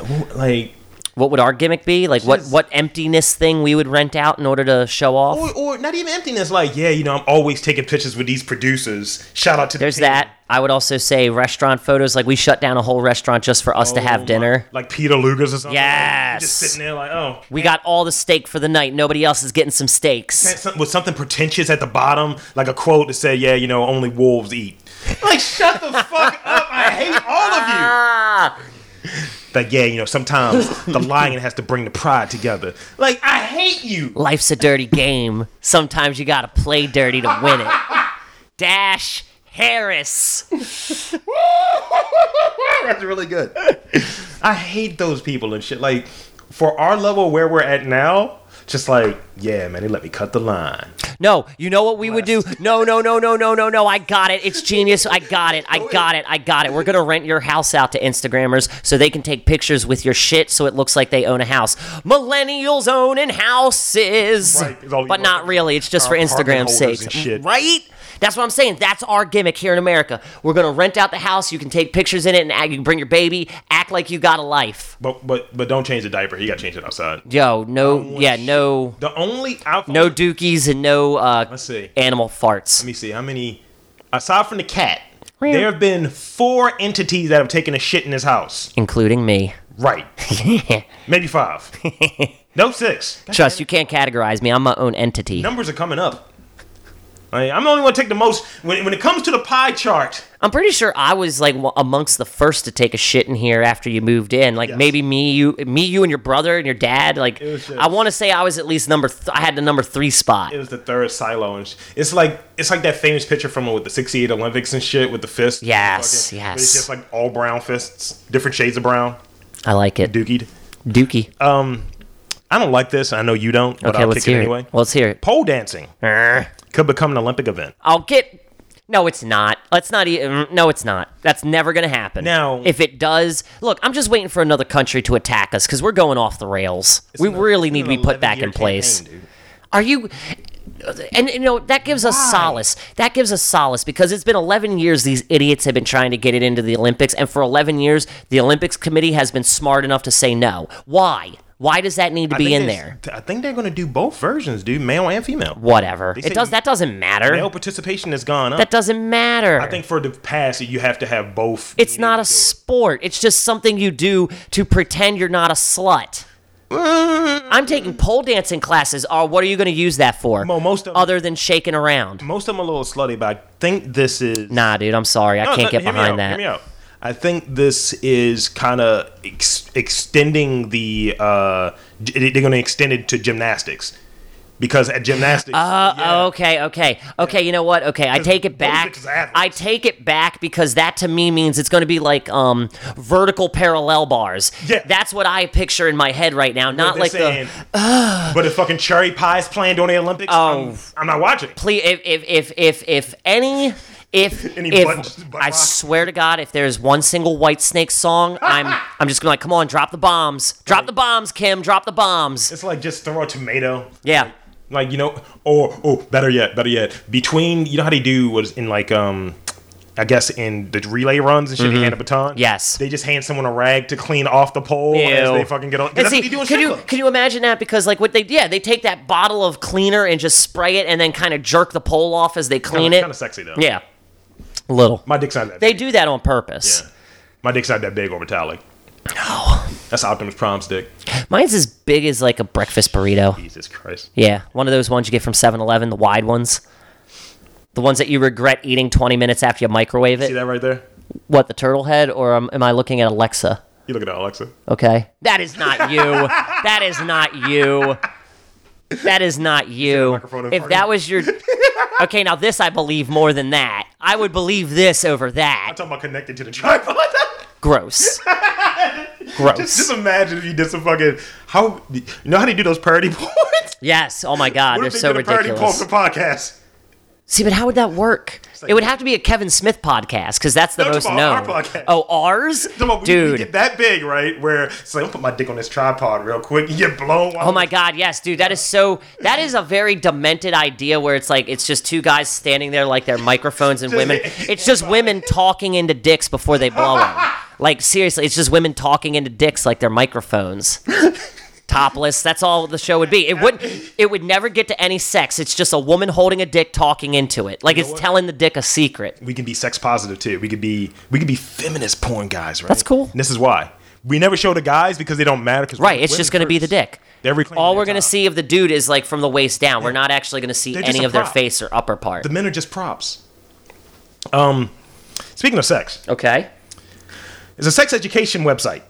Speaker 1: Wh- Like,
Speaker 2: What would our gimmick be? Like, what
Speaker 1: Just- Oh,
Speaker 2: what emptiness thing we would rent out in order to show off?
Speaker 1: or, or not even emptiness. Like, yeah, you know, I'm always taking pictures with these producers. Shout out to
Speaker 2: There's
Speaker 1: the team.
Speaker 2: that. I would also say restaurant photos. Like, we shut down a whole restaurant just for us to
Speaker 1: Oh,
Speaker 2: have dinner.
Speaker 1: Like Peter Luger's or something.
Speaker 2: Yes.
Speaker 1: Like, just sitting there like, oh.
Speaker 2: We got all the steak for the night. Nobody else is getting some steaks.
Speaker 1: Something, with something pretentious at the bottom, like a quote that said, yeah, you know, only wolves eat. Like, shut the fuck up. I hate all of
Speaker 2: Ah,
Speaker 1: you. Like, yeah, you know, sometimes the lion has to bring the pride together. Like, I hate you.
Speaker 2: life's a dirty game. Sometimes you gotta play dirty to win it. Dash Harris.
Speaker 1: That's really good. I hate those people and shit. Like, for our level where we're at now, Just like, yeah, man, they let me cut the line.
Speaker 2: No, you know what we would do? No, no, no, no, no, no, no. I got it. It's genius. I got it. I got it. I got it. We're going to rent your house out to Instagrammers so they can take pictures with your shit so it looks like they own a house. Millennials owning houses.
Speaker 1: Right, 'cause all you
Speaker 2: But
Speaker 1: want
Speaker 2: not really. It's just
Speaker 1: are
Speaker 2: for
Speaker 1: apartment
Speaker 2: Instagram's
Speaker 1: holders
Speaker 2: sake.
Speaker 1: and shit.
Speaker 2: Right? That's what I'm saying. That's our gimmick here in America. We're going to rent out the house. You can take pictures in it and act, you can bring your baby. Act like you got a life.
Speaker 1: But but but don't change the diaper. You got to change it outside.
Speaker 2: Yo, no, yeah, no.
Speaker 1: The only alcohol.
Speaker 2: No dookies and no uh,
Speaker 1: Let's see.
Speaker 2: animal farts.
Speaker 1: Let me see how many. Aside from the cat, there have been four entities that have taken a shit in this house.
Speaker 2: including me.
Speaker 1: Right. Maybe five. no six. God,
Speaker 2: Trust, you can't categorize me. I'm my own entity.
Speaker 1: numbers are coming up. I, I'm the only one to take the most when when it comes to the pie chart.
Speaker 2: I'm pretty sure I was like wa- amongst the first to take a shit in here after you moved in. Like
Speaker 1: Yes.
Speaker 2: maybe me, you, me, you, and your brother and your dad. Like
Speaker 1: was just-
Speaker 2: I want to say I was at least number. Th- I had the number three spot.
Speaker 1: It was the third silo, and sh- it's like it's like that famous picture from with the '68 Olympics and shit with the fist.
Speaker 2: Yes,
Speaker 1: Fucking-
Speaker 2: yes.
Speaker 1: but It's just like all brown fists, different shades of brown,
Speaker 2: I like it,
Speaker 1: dookied.
Speaker 2: Dookie.
Speaker 1: I don't like this. I know you don't, but
Speaker 2: okay,
Speaker 1: I'll
Speaker 2: let's
Speaker 1: take it
Speaker 2: hear
Speaker 1: anyway.
Speaker 2: it. Let's hear it.
Speaker 1: Pole dancing
Speaker 2: Err.
Speaker 1: could become an Olympic event.
Speaker 2: I'll get. No, it's not. Let's not. e- mm, No, it's not. That's never going to happen.
Speaker 1: No.
Speaker 2: If it does, look, I'm just waiting for another country to attack us because we're going off the rails. we really need to be put back in place. Are you? And you know that gives us solace. That gives us solace because it's been 11 years these idiots have been trying to get it into the Olympics, and for 11 years the Olympics committee has been smart enough to say no. Why? Why does that need to be in there?
Speaker 1: I think they're going to do both versions, dude, male and female.
Speaker 2: Whatever. It
Speaker 1: said
Speaker 2: does.
Speaker 1: you-
Speaker 2: That doesn't matter.
Speaker 1: Male participation has gone up.
Speaker 2: That doesn't matter.
Speaker 1: I think for the past, you have to have both.
Speaker 2: it's not a sport. It's just something you do to pretend you're not a slut. I'm taking pole dancing classes. Oh, what are you going to use that for?
Speaker 1: Mo- most of 'em-
Speaker 2: other than shaking around.
Speaker 1: Most of them a little slutty, but I think this is.
Speaker 2: Nah, dude. I'm sorry. I
Speaker 1: No,
Speaker 2: can't
Speaker 1: no,
Speaker 2: get
Speaker 1: hear me
Speaker 2: behind
Speaker 1: out,
Speaker 2: that.
Speaker 1: hear me out. I think this is kind of ex- extending the. Uh, g- they're going to extend it to gymnastics. Because at gymnastics.
Speaker 2: Uh,
Speaker 1: yeah.
Speaker 2: Okay, okay, okay. You know what? Okay, I take it
Speaker 1: those
Speaker 2: back.
Speaker 1: bitches athletes.
Speaker 2: I take it back because that to me means it's going to be like um vertical parallel bars.
Speaker 1: Yeah.
Speaker 2: that's what I picture in my head right now. Not
Speaker 1: They're
Speaker 2: like
Speaker 1: saying,
Speaker 2: the
Speaker 1: but if fucking cherry pie's playing during the Olympics,
Speaker 2: Oh.
Speaker 1: I'm, I'm not watching.
Speaker 2: please. If if if if, if any. If,
Speaker 1: Any
Speaker 2: if
Speaker 1: butt- butt
Speaker 2: I
Speaker 1: rock?
Speaker 2: swear to God, if there's one single White Snake song, I'm I'm just gonna like, come on, drop the bombs, drop the bombs, Kim, drop the bombs.
Speaker 1: It's like just throw a tomato.
Speaker 2: Yeah,
Speaker 1: Like you know, or oh, better yet, better yet, between you know how they do was in like um, I guess in the relay runs and shit, they hand a baton.
Speaker 2: Mm-hmm. Yes.
Speaker 1: they just hand someone a rag to clean off the pole as
Speaker 2: Ew.
Speaker 1: they fucking get on. 'cause
Speaker 2: And
Speaker 1: That's
Speaker 2: see,
Speaker 1: what they do in
Speaker 2: can
Speaker 1: strip
Speaker 2: you
Speaker 1: clubs.
Speaker 2: can you imagine that? Because like what they yeah they take that bottle of cleaner and just spray it and then kind of jerk the pole off as they clean
Speaker 1: Kinda-
Speaker 2: it.
Speaker 1: kinda sexy, though.
Speaker 2: Yeah, little.
Speaker 1: My dick's not that.
Speaker 2: They
Speaker 1: big.
Speaker 2: do that on purpose.
Speaker 1: Yeah. My dick's not that big or metallic. No, that's Optimus Prime's dick.
Speaker 2: Mine's as big as like a breakfast burrito.
Speaker 1: Jesus Christ.
Speaker 2: Yeah, one of those ones you get from 7-Eleven, the wide ones, the ones that you regret eating twenty minutes after you microwave
Speaker 1: See
Speaker 2: it.
Speaker 1: that right there?
Speaker 2: What the turtle head, or um, am I looking at Alexa?
Speaker 1: You look at that, Alexa.
Speaker 2: Okay, that is not you. that is not you. That is not you.
Speaker 1: microphone in
Speaker 2: If
Speaker 1: front of
Speaker 2: that
Speaker 1: you.
Speaker 2: was your, okay, now this I believe more than that. I would believe this over that.
Speaker 1: I'm talking about connected to the tripod.
Speaker 2: Gross. Gross.
Speaker 1: just imagine if you did some fucking how you know how they do those parody porns.
Speaker 2: Yes. Oh my God,
Speaker 1: What
Speaker 2: they're
Speaker 1: if they
Speaker 2: so
Speaker 1: did a parody porn
Speaker 2: ridiculous.
Speaker 1: for podcasts?
Speaker 2: See, but how would that work?
Speaker 1: like-
Speaker 2: It would have to be a Kevin Smith podcast because that's the
Speaker 1: No, it's
Speaker 2: most known.
Speaker 1: about our podcast.
Speaker 2: Oh, ours,
Speaker 1: Come on, we, we
Speaker 2: dude.
Speaker 1: get that big, right? Where it's like, I'm put my dick on this tripod real quick. You get blown.
Speaker 2: Oh my god, yes, dude, that is so that is a very demented idea where it's like it's just two guys standing there like their microphones and women it's just women talking into dicks before they blow them. Like seriously, it's just women talking into dicks like their microphones. Topless, that's all the show would be. It wouldn't it would never get to any sex. It's just a woman holding a dick talking into it. Like it's telling the dick a secret.
Speaker 1: We can be sex positive too. We could be we could be feminist porn guys, right? That's
Speaker 2: cool.
Speaker 1: And this is why we never show the guys because they don't matter. Cause
Speaker 2: Right, it's just going to be the dick.
Speaker 1: They're reclaiming
Speaker 2: All
Speaker 1: their
Speaker 2: we're going to
Speaker 1: time.
Speaker 2: see of the dude is like from the waist down. We're not actually going to see
Speaker 1: They're just
Speaker 2: any
Speaker 1: a
Speaker 2: of their
Speaker 1: prop.
Speaker 2: face or upper part.
Speaker 1: The men are just props. Um, speaking of sex,
Speaker 2: Okay.
Speaker 1: it's a sex education website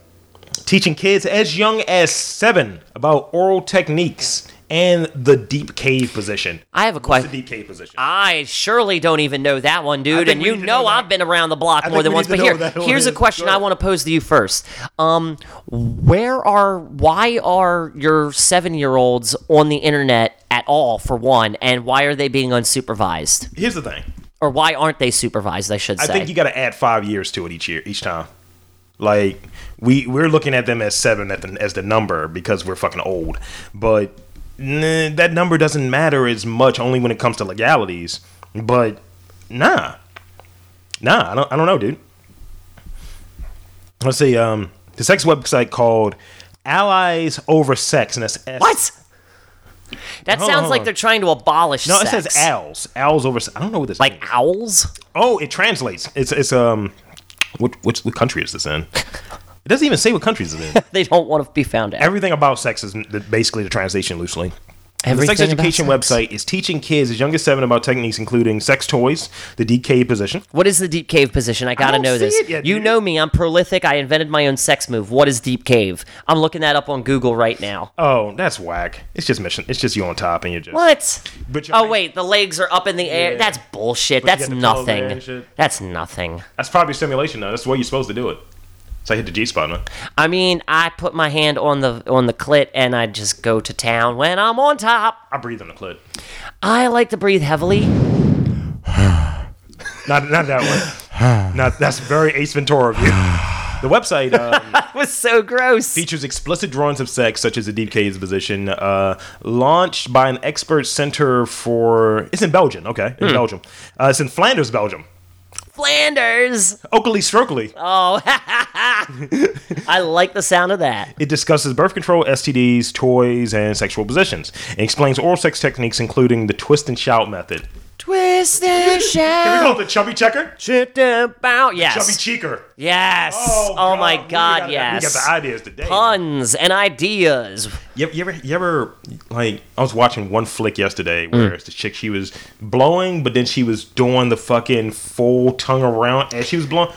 Speaker 1: teaching kids as young as seven about oral techniques and the deep cave position.
Speaker 2: I have a
Speaker 1: What's
Speaker 2: question.
Speaker 1: the deep cave position?
Speaker 2: I surely don't even know that one, dude.
Speaker 1: think
Speaker 2: And
Speaker 1: we
Speaker 2: you
Speaker 1: need to
Speaker 2: know,
Speaker 1: know that.
Speaker 2: I've been around the block
Speaker 1: think
Speaker 2: more than
Speaker 1: we
Speaker 2: once.
Speaker 1: need
Speaker 2: But
Speaker 1: to
Speaker 2: here,
Speaker 1: know what that
Speaker 2: here's a
Speaker 1: one is.
Speaker 2: question
Speaker 1: Go
Speaker 2: I
Speaker 1: ahead.
Speaker 2: want to pose to you first. Um, where are why are your seven year olds on the internet at all for one, and why are they being unsupervised,
Speaker 1: Here's the thing.
Speaker 2: or why aren't they supervised? I should
Speaker 1: I
Speaker 2: say.
Speaker 1: think you got to add five years to it each year, each time. Like we we're looking at them as seven at the, as the number because we're fucking old, but nah, that number doesn't matter as much only when it comes to legalities. But nah, nah, I don't I don't know, dude. Let's see. Um, the sex website called Allies Over Sex, and that's S-
Speaker 2: what? That
Speaker 1: Hold on,
Speaker 2: sounds
Speaker 1: hold
Speaker 2: like
Speaker 1: on.
Speaker 2: they're trying to abolish.
Speaker 1: No,
Speaker 2: sex.
Speaker 1: it says owls. Owls over. se- I don't know what this.
Speaker 2: like
Speaker 1: means.
Speaker 2: owls.
Speaker 1: Oh, it translates. It's it's um, what which what country is this in? It doesn't even say what country this is in.
Speaker 2: They don't want to be found out.
Speaker 1: Everything about sex is the- basically the translation loosely. the sex
Speaker 2: Everything about
Speaker 1: education
Speaker 2: sex.
Speaker 1: website is teaching kids as young as seven about techniques including sex toys, the DK position.
Speaker 2: What is the deep cave position? I gotta
Speaker 1: don't
Speaker 2: know
Speaker 1: see
Speaker 2: this.
Speaker 1: it yet,
Speaker 2: you
Speaker 1: dude.
Speaker 2: know me. I'm prolific. I invented my own sex move. What is deep cave? I'm looking that up on Google right now.
Speaker 1: Oh, that's whack. It's just mission. It's just you on top and you're just.
Speaker 2: What?
Speaker 1: But you're-
Speaker 2: oh wait, the legs are up in the air.
Speaker 1: Yeah.
Speaker 2: That's bullshit.
Speaker 1: But you
Speaker 2: That's
Speaker 1: got the pillow there
Speaker 2: nothing.
Speaker 1: and shit.
Speaker 2: That's nothing.
Speaker 1: That's probably stimulation though. That's the way you're supposed to do it. So I hit the G spot, man.
Speaker 2: I mean, I put my hand on the on the clit and I just go to town when I'm on top.
Speaker 1: I breathe on the clit.
Speaker 2: I like to breathe heavily.
Speaker 1: Not not that one. not that's very Ace Ventura of you. The website. Um,
Speaker 2: That was so gross.
Speaker 1: features explicit drawings of sex, such as the deep case position, uh, launched by an expert center for. It's in Belgium, okay,
Speaker 2: Hmm.
Speaker 1: in Belgium. Uh, it's in Flanders, Belgium.
Speaker 2: Flanders.
Speaker 1: Oakley Strokely.
Speaker 2: Oh, I like the sound of that.
Speaker 1: It discusses birth control, STDs, toys, and sexual positions. It explains oral sex techniques, including the twist and shout method.
Speaker 2: Twist and
Speaker 1: Here we
Speaker 2: shout.
Speaker 1: go, the chubby checker,
Speaker 2: Shit about
Speaker 1: chubby
Speaker 2: yes,
Speaker 1: cheeker.
Speaker 2: yes. Oh, my
Speaker 1: we
Speaker 2: God,
Speaker 1: got-
Speaker 2: yes.
Speaker 1: We got the ideas today.
Speaker 2: Puns and ideas.
Speaker 1: You ever, you ever, you ever, like, I was watching one flick yesterday where it's the chick, she was blowing, but then she was doing the fucking full tongue around and she was blowing.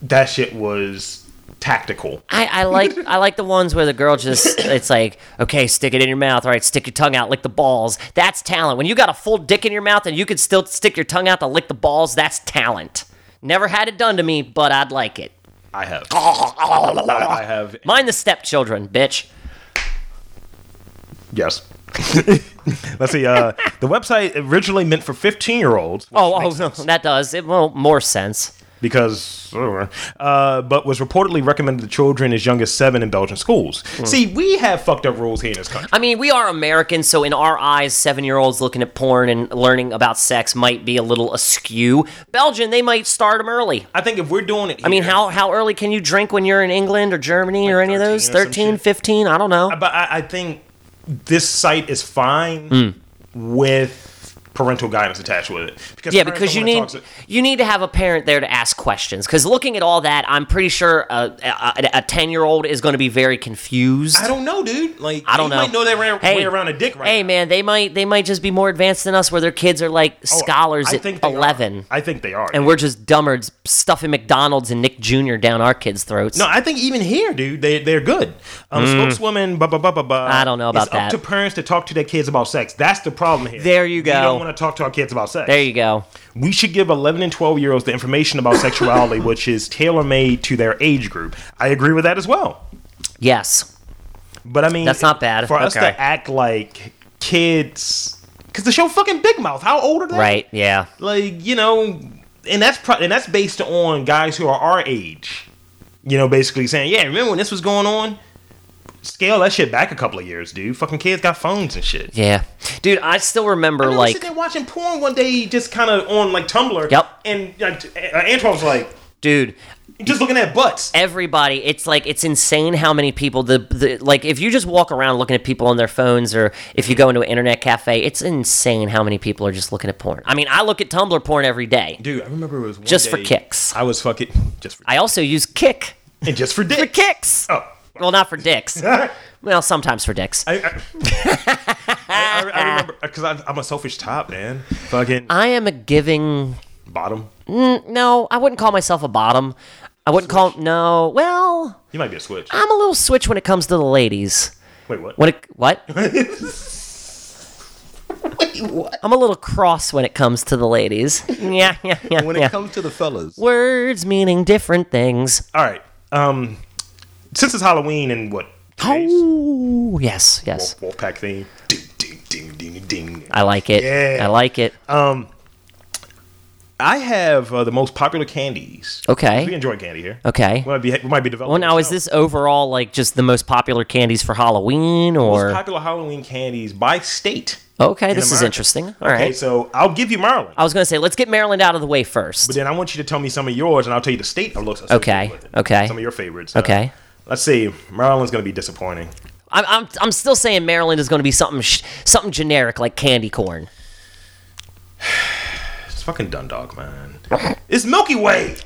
Speaker 1: That shit was tactical.
Speaker 2: I, I like I like the ones where the girl just it's like okay stick it in your mouth all right stick your tongue out lick the balls that's talent when you got a full dick in your mouth and you can still stick your tongue out to lick the balls that's talent never had it done to me but I'd like it
Speaker 1: I have. I have.
Speaker 2: mind the stepchildren bitch
Speaker 1: Yes. Let's see. Uh, the website originally meant for 15 year olds.
Speaker 2: oh, oh that does it well more sense
Speaker 1: because uh, but was reportedly recommended to children as young as seven in Belgian schools. See, we have fucked up rules here in this country.
Speaker 2: I mean we are Americans so in our eyes seven year olds looking at porn and learning about sex might be a little askew Belgian they might start them early
Speaker 1: I think if we're doing it,
Speaker 2: I mean, how, how early can you drink when you're in England or Germany or any of
Speaker 1: 13
Speaker 2: those?
Speaker 1: or some
Speaker 2: 13,
Speaker 1: shit.
Speaker 2: 15? I don't know.
Speaker 1: But I, I think this site is fine
Speaker 2: Mm.
Speaker 1: with parental guidance attached with it. Because
Speaker 2: yeah,
Speaker 1: parents
Speaker 2: because
Speaker 1: don't
Speaker 2: you
Speaker 1: wanna
Speaker 2: need
Speaker 1: talk to-
Speaker 2: you need to have a parent there to ask questions. Because looking at all that, I'm pretty sure uh, a a ten year old is going to be very confused.
Speaker 1: I don't know, dude. Like
Speaker 2: I don't
Speaker 1: you
Speaker 2: know.
Speaker 1: Might know that way,
Speaker 2: Hey,
Speaker 1: way around a dick right
Speaker 2: Hey,
Speaker 1: now.
Speaker 2: man, they might they might just be more advanced than us, where their kids are like
Speaker 1: Oh,
Speaker 2: scholars
Speaker 1: I
Speaker 2: at
Speaker 1: think they are.
Speaker 2: eleven,
Speaker 1: I think they are.
Speaker 2: and we're just dumbards stuffing McDonald's and Nick Jr. down our kids' throats.
Speaker 1: no, I think even here, dude, they they're good. Um, spokeswoman, blah blah blah blah blah.
Speaker 2: Mm. I don't know about
Speaker 1: it's
Speaker 2: that.
Speaker 1: Up to parents to talk to their kids about sex. That's the problem here.
Speaker 2: There you
Speaker 1: We
Speaker 2: go.
Speaker 1: don't want to talk to our kids about sex.
Speaker 2: there you go.
Speaker 1: we should give 11 and 12 year olds the information about sexuality, which is tailor made to their age group. I agree with that as well.
Speaker 2: Yes,
Speaker 1: But I mean,
Speaker 2: That's not bad.
Speaker 1: for us
Speaker 2: Okay.
Speaker 1: to act like kids. Because the show fucking Big Mouth. How old are they?
Speaker 2: right. Yeah.
Speaker 1: Like you know, and that's pro- and that's based on guys who are our age. You know, basically saying, yeah, remember when this was going on? Scale that shit back a couple of years, dude. Fucking kids got phones and shit.
Speaker 2: Yeah, dude, I still remember
Speaker 1: I remember
Speaker 2: like
Speaker 1: sitting there watching porn one day, just kind of on like Tumblr.
Speaker 2: Yep.
Speaker 1: And uh, uh, Antoine's like,
Speaker 2: dude
Speaker 1: just looking at butts.
Speaker 2: everybody it's like it's insane how many people the, the like if you just walk around looking at people on their phones or if you go into an internet cafe it's insane how many people are just looking at porn i mean i look at tumblr porn every day
Speaker 1: Dude, I remember it was one
Speaker 2: Just for
Speaker 1: day,
Speaker 2: kicks.
Speaker 1: I was fucking just for
Speaker 2: i also use kick
Speaker 1: and just for
Speaker 2: for
Speaker 1: dick.
Speaker 2: kicks
Speaker 1: Oh.
Speaker 2: well not for dicks well sometimes for dicks
Speaker 1: I, I, I, I- I remember because I'm a selfish top, man. Fucking
Speaker 2: i am a giving
Speaker 1: bottom.
Speaker 2: no i wouldn't call myself a bottom i wouldn't call no well
Speaker 1: You might be a switch.
Speaker 2: i'm a little switch when it comes to the ladies
Speaker 1: Wait, what?
Speaker 2: when it what
Speaker 1: Wait, what?
Speaker 2: I'm a little cross when it comes to the ladies. Yeah, yeah, yeah.
Speaker 3: When
Speaker 2: yeah.
Speaker 3: it comes to the fellas,
Speaker 2: Words meaning different things.
Speaker 1: All right. Um, since it's Halloween and what? today's
Speaker 2: Oh, yes, yes.
Speaker 1: Wolfpack theme. Ding, ding, ding, ding, ding.
Speaker 2: I like it.
Speaker 1: Yeah.
Speaker 2: I like it.
Speaker 1: I have uh, the most popular candies. We
Speaker 2: Okay.
Speaker 1: enjoy candy here.
Speaker 2: Okay.
Speaker 1: We might be, we might be developing.
Speaker 2: Well, now is
Speaker 1: some.
Speaker 2: this overall like just the most popular candies for Halloween,
Speaker 1: most
Speaker 2: or
Speaker 1: popular Halloween candies by state?
Speaker 2: okay, this is
Speaker 1: America.
Speaker 2: interesting. All right.
Speaker 1: Okay, so I'll give you Maryland.
Speaker 2: I was gonna say let's get Maryland out of the way first.
Speaker 1: But then I want you to tell me some of yours, and I'll tell you the state of looks.
Speaker 2: Okay, okay.
Speaker 1: Some of your favorites. Uh,
Speaker 2: Okay.
Speaker 1: Let's see. Maryland's going to be disappointing.
Speaker 2: I'm, I'm, I'm still saying Maryland is gonna be something sh- something generic like candy corn.
Speaker 1: It's fucking Dundalk, man. It's Milky Way,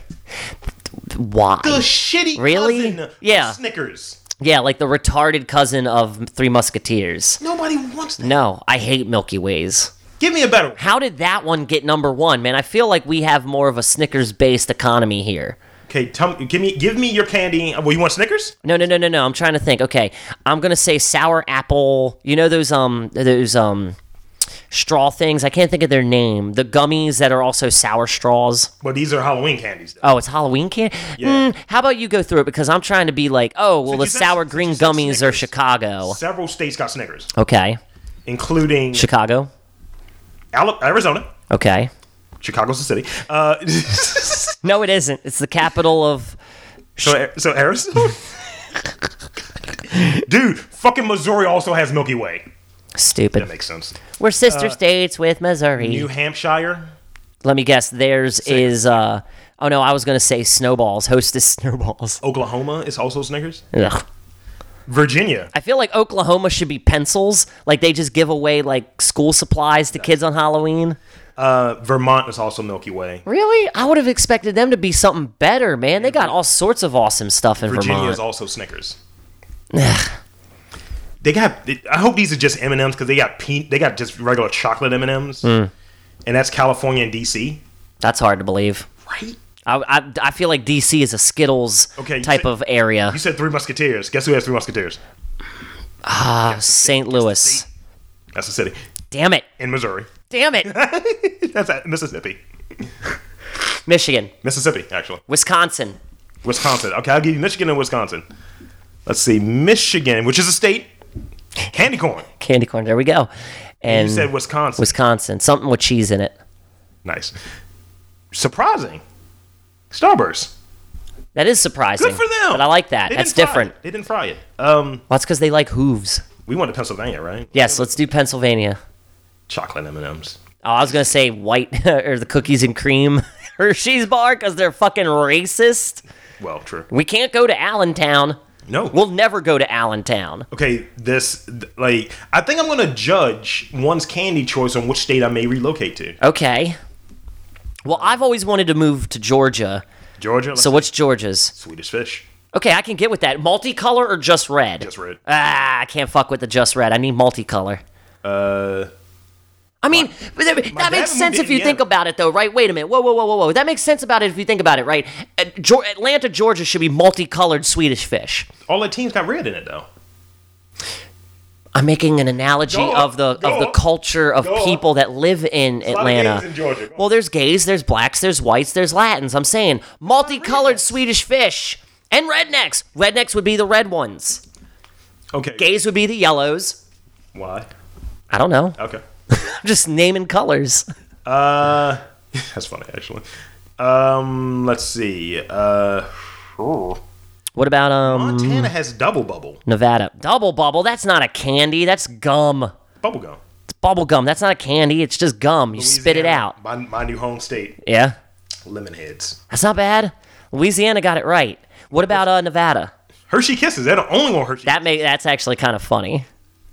Speaker 2: Why?
Speaker 1: the shitty
Speaker 2: Really?
Speaker 1: cousin of
Speaker 2: Yeah.
Speaker 1: Snickers.
Speaker 2: Yeah, like the retarded cousin of Three Musketeers.
Speaker 1: Nobody wants that.
Speaker 2: No, I hate Milky Ways.
Speaker 1: Give me a better one.
Speaker 2: How did that one get number one, man? I feel like we have more of a Snickers based economy here.
Speaker 1: Okay, tell me, give me, give me your candy. Well, you want Snickers?
Speaker 2: No, no, no, no, no. I'm trying to think. Okay, I'm gonna say sour apple. You know those um those um straw things. I can't think of their name. The gummies that are also sour straws.
Speaker 1: Well, these are Halloween candies. Though.
Speaker 2: Oh, it's Halloween candy.
Speaker 1: Yeah.
Speaker 2: Mm, how about you go through it because I'm trying to be like, oh, well,
Speaker 1: Since
Speaker 2: the
Speaker 1: you said-
Speaker 2: sour
Speaker 1: since
Speaker 2: green
Speaker 1: you said
Speaker 2: gummies are
Speaker 1: Snickers.
Speaker 2: Chicago.
Speaker 1: Several states got Snickers,
Speaker 2: Okay,
Speaker 1: including
Speaker 2: Chicago.
Speaker 1: Ala- Arizona.
Speaker 2: Okay.
Speaker 1: Chicago's the city. Uh,
Speaker 2: No, it isn't. It's the capital of.
Speaker 1: so, so Arizona. Dude, fucking Missouri also has Milky Way. That
Speaker 2: Stupid.
Speaker 1: makes sense.
Speaker 2: We're sister states with Missouri.
Speaker 1: Uh, New Hampshire.
Speaker 2: Let me guess. Theirs is. uh Oh no, I was gonna say snowballs. Hostess snowballs.
Speaker 1: Oklahoma is also Snickers.
Speaker 2: Ugh.
Speaker 1: Virginia.
Speaker 2: I feel like Oklahoma should be pencils. Like they just give away like school supplies to kids on Halloween.
Speaker 1: Uh, Vermont is also Milky Way.
Speaker 2: Really? I would have expected them to be something better, man. They got all sorts of awesome stuff in
Speaker 1: Virginia
Speaker 2: Vermont.
Speaker 1: is also Snickers. they got. I hope these are just M and M's because they got pe- They got just regular chocolate M and M's,
Speaker 2: Mm.
Speaker 1: and that's California and DC.
Speaker 2: That's hard to believe.
Speaker 1: Right.
Speaker 2: I, I, I feel like DC is a Skittles
Speaker 1: Okay, you
Speaker 2: type
Speaker 1: said-
Speaker 2: of area.
Speaker 1: You said Three Musketeers. Guess who has Three Musketeers?
Speaker 2: Uh, St. Louis.
Speaker 1: That's the city
Speaker 2: Damn it.
Speaker 1: in Missouri.
Speaker 2: Damn it.
Speaker 1: that's at Mississippi.
Speaker 2: Michigan.
Speaker 1: Mississippi, actually.
Speaker 2: Wisconsin.
Speaker 1: Wisconsin. Okay, I'll give you Michigan and Wisconsin. Let's see, Michigan, which is a state. Candy corn.
Speaker 2: Candy corn. There we go. And
Speaker 1: You said Wisconsin.
Speaker 2: Wisconsin. Something with cheese in it.
Speaker 1: Nice. Surprising. Starburst.
Speaker 2: That is surprising.
Speaker 1: Good for them.
Speaker 2: But I like that.
Speaker 1: They
Speaker 2: That's
Speaker 1: didn't fry it.
Speaker 2: different.
Speaker 1: They didn't fry it. Um,
Speaker 2: Well, that's because they like hooves.
Speaker 1: we went to Pennsylvania, right?
Speaker 2: Yes, let's do Pennsylvania.
Speaker 1: Chocolate M and M's.
Speaker 2: Oh, I was gonna say white or the cookies and cream Hershey's bar because they're fucking racist.
Speaker 1: Well, true.
Speaker 2: We can't go to Allentown.
Speaker 1: No.
Speaker 2: We'll never go to Allentown.
Speaker 1: okay. This th- like I think I'm gonna judge one's candy choice on which state I may relocate to.
Speaker 2: Okay. Well, I've always wanted to move to Georgia.
Speaker 1: Georgia.
Speaker 2: So what's Georgia's?
Speaker 1: Swedish fish.
Speaker 2: Okay, I can get with that. Multicolor or just red?
Speaker 1: Just red.
Speaker 2: Ah, I can't fuck with the just red. I need multicolor.
Speaker 1: Uh,
Speaker 2: I mean, but that, that
Speaker 1: dad
Speaker 2: makes
Speaker 1: moved
Speaker 2: sense
Speaker 1: to
Speaker 2: if you
Speaker 1: Indiana.
Speaker 2: think about it, though, right? Wait a minute. Whoa, whoa, whoa, whoa, whoa. That makes sense about it if you think about it, right? Uh, Geor- Atlanta, Georgia should be multicolored Swedish fish.
Speaker 1: all the teams got red in it though.
Speaker 2: I'm making an analogy
Speaker 1: Go on,
Speaker 2: of the
Speaker 1: go
Speaker 2: of the
Speaker 1: on,
Speaker 2: culture of
Speaker 1: go on.
Speaker 2: people that live in
Speaker 1: lot of gays
Speaker 2: Atlanta.
Speaker 1: in Georgia, go
Speaker 2: Well, there's gays, there's blacks, there's whites, there's Latins. I'm saying multicolored Swedish fish and rednecks. Rednecks would be the red ones.
Speaker 1: Okay.
Speaker 2: Gays would be the yellows.
Speaker 1: Why?
Speaker 2: I don't know.
Speaker 1: Okay.
Speaker 2: I'm just naming colors.
Speaker 1: Uh, that's funny actually. Um, let's see. Uh,
Speaker 2: What about um
Speaker 1: Montana has double bubble,
Speaker 2: Nevada? Double bubble. That's not a candy. That's gum.
Speaker 1: bubble gum.
Speaker 2: It's bubble gum. That's not a candy. It's just gum. You spit it
Speaker 1: Louisiana,
Speaker 2: out.
Speaker 1: My, my new home state,
Speaker 2: Yeah.
Speaker 1: Lemonheads.
Speaker 2: That's not bad. Louisiana got it right. What about uh, Nevada?
Speaker 1: Hershey Kisses. They're the only one Hershey.
Speaker 2: That may that's actually kind of funny.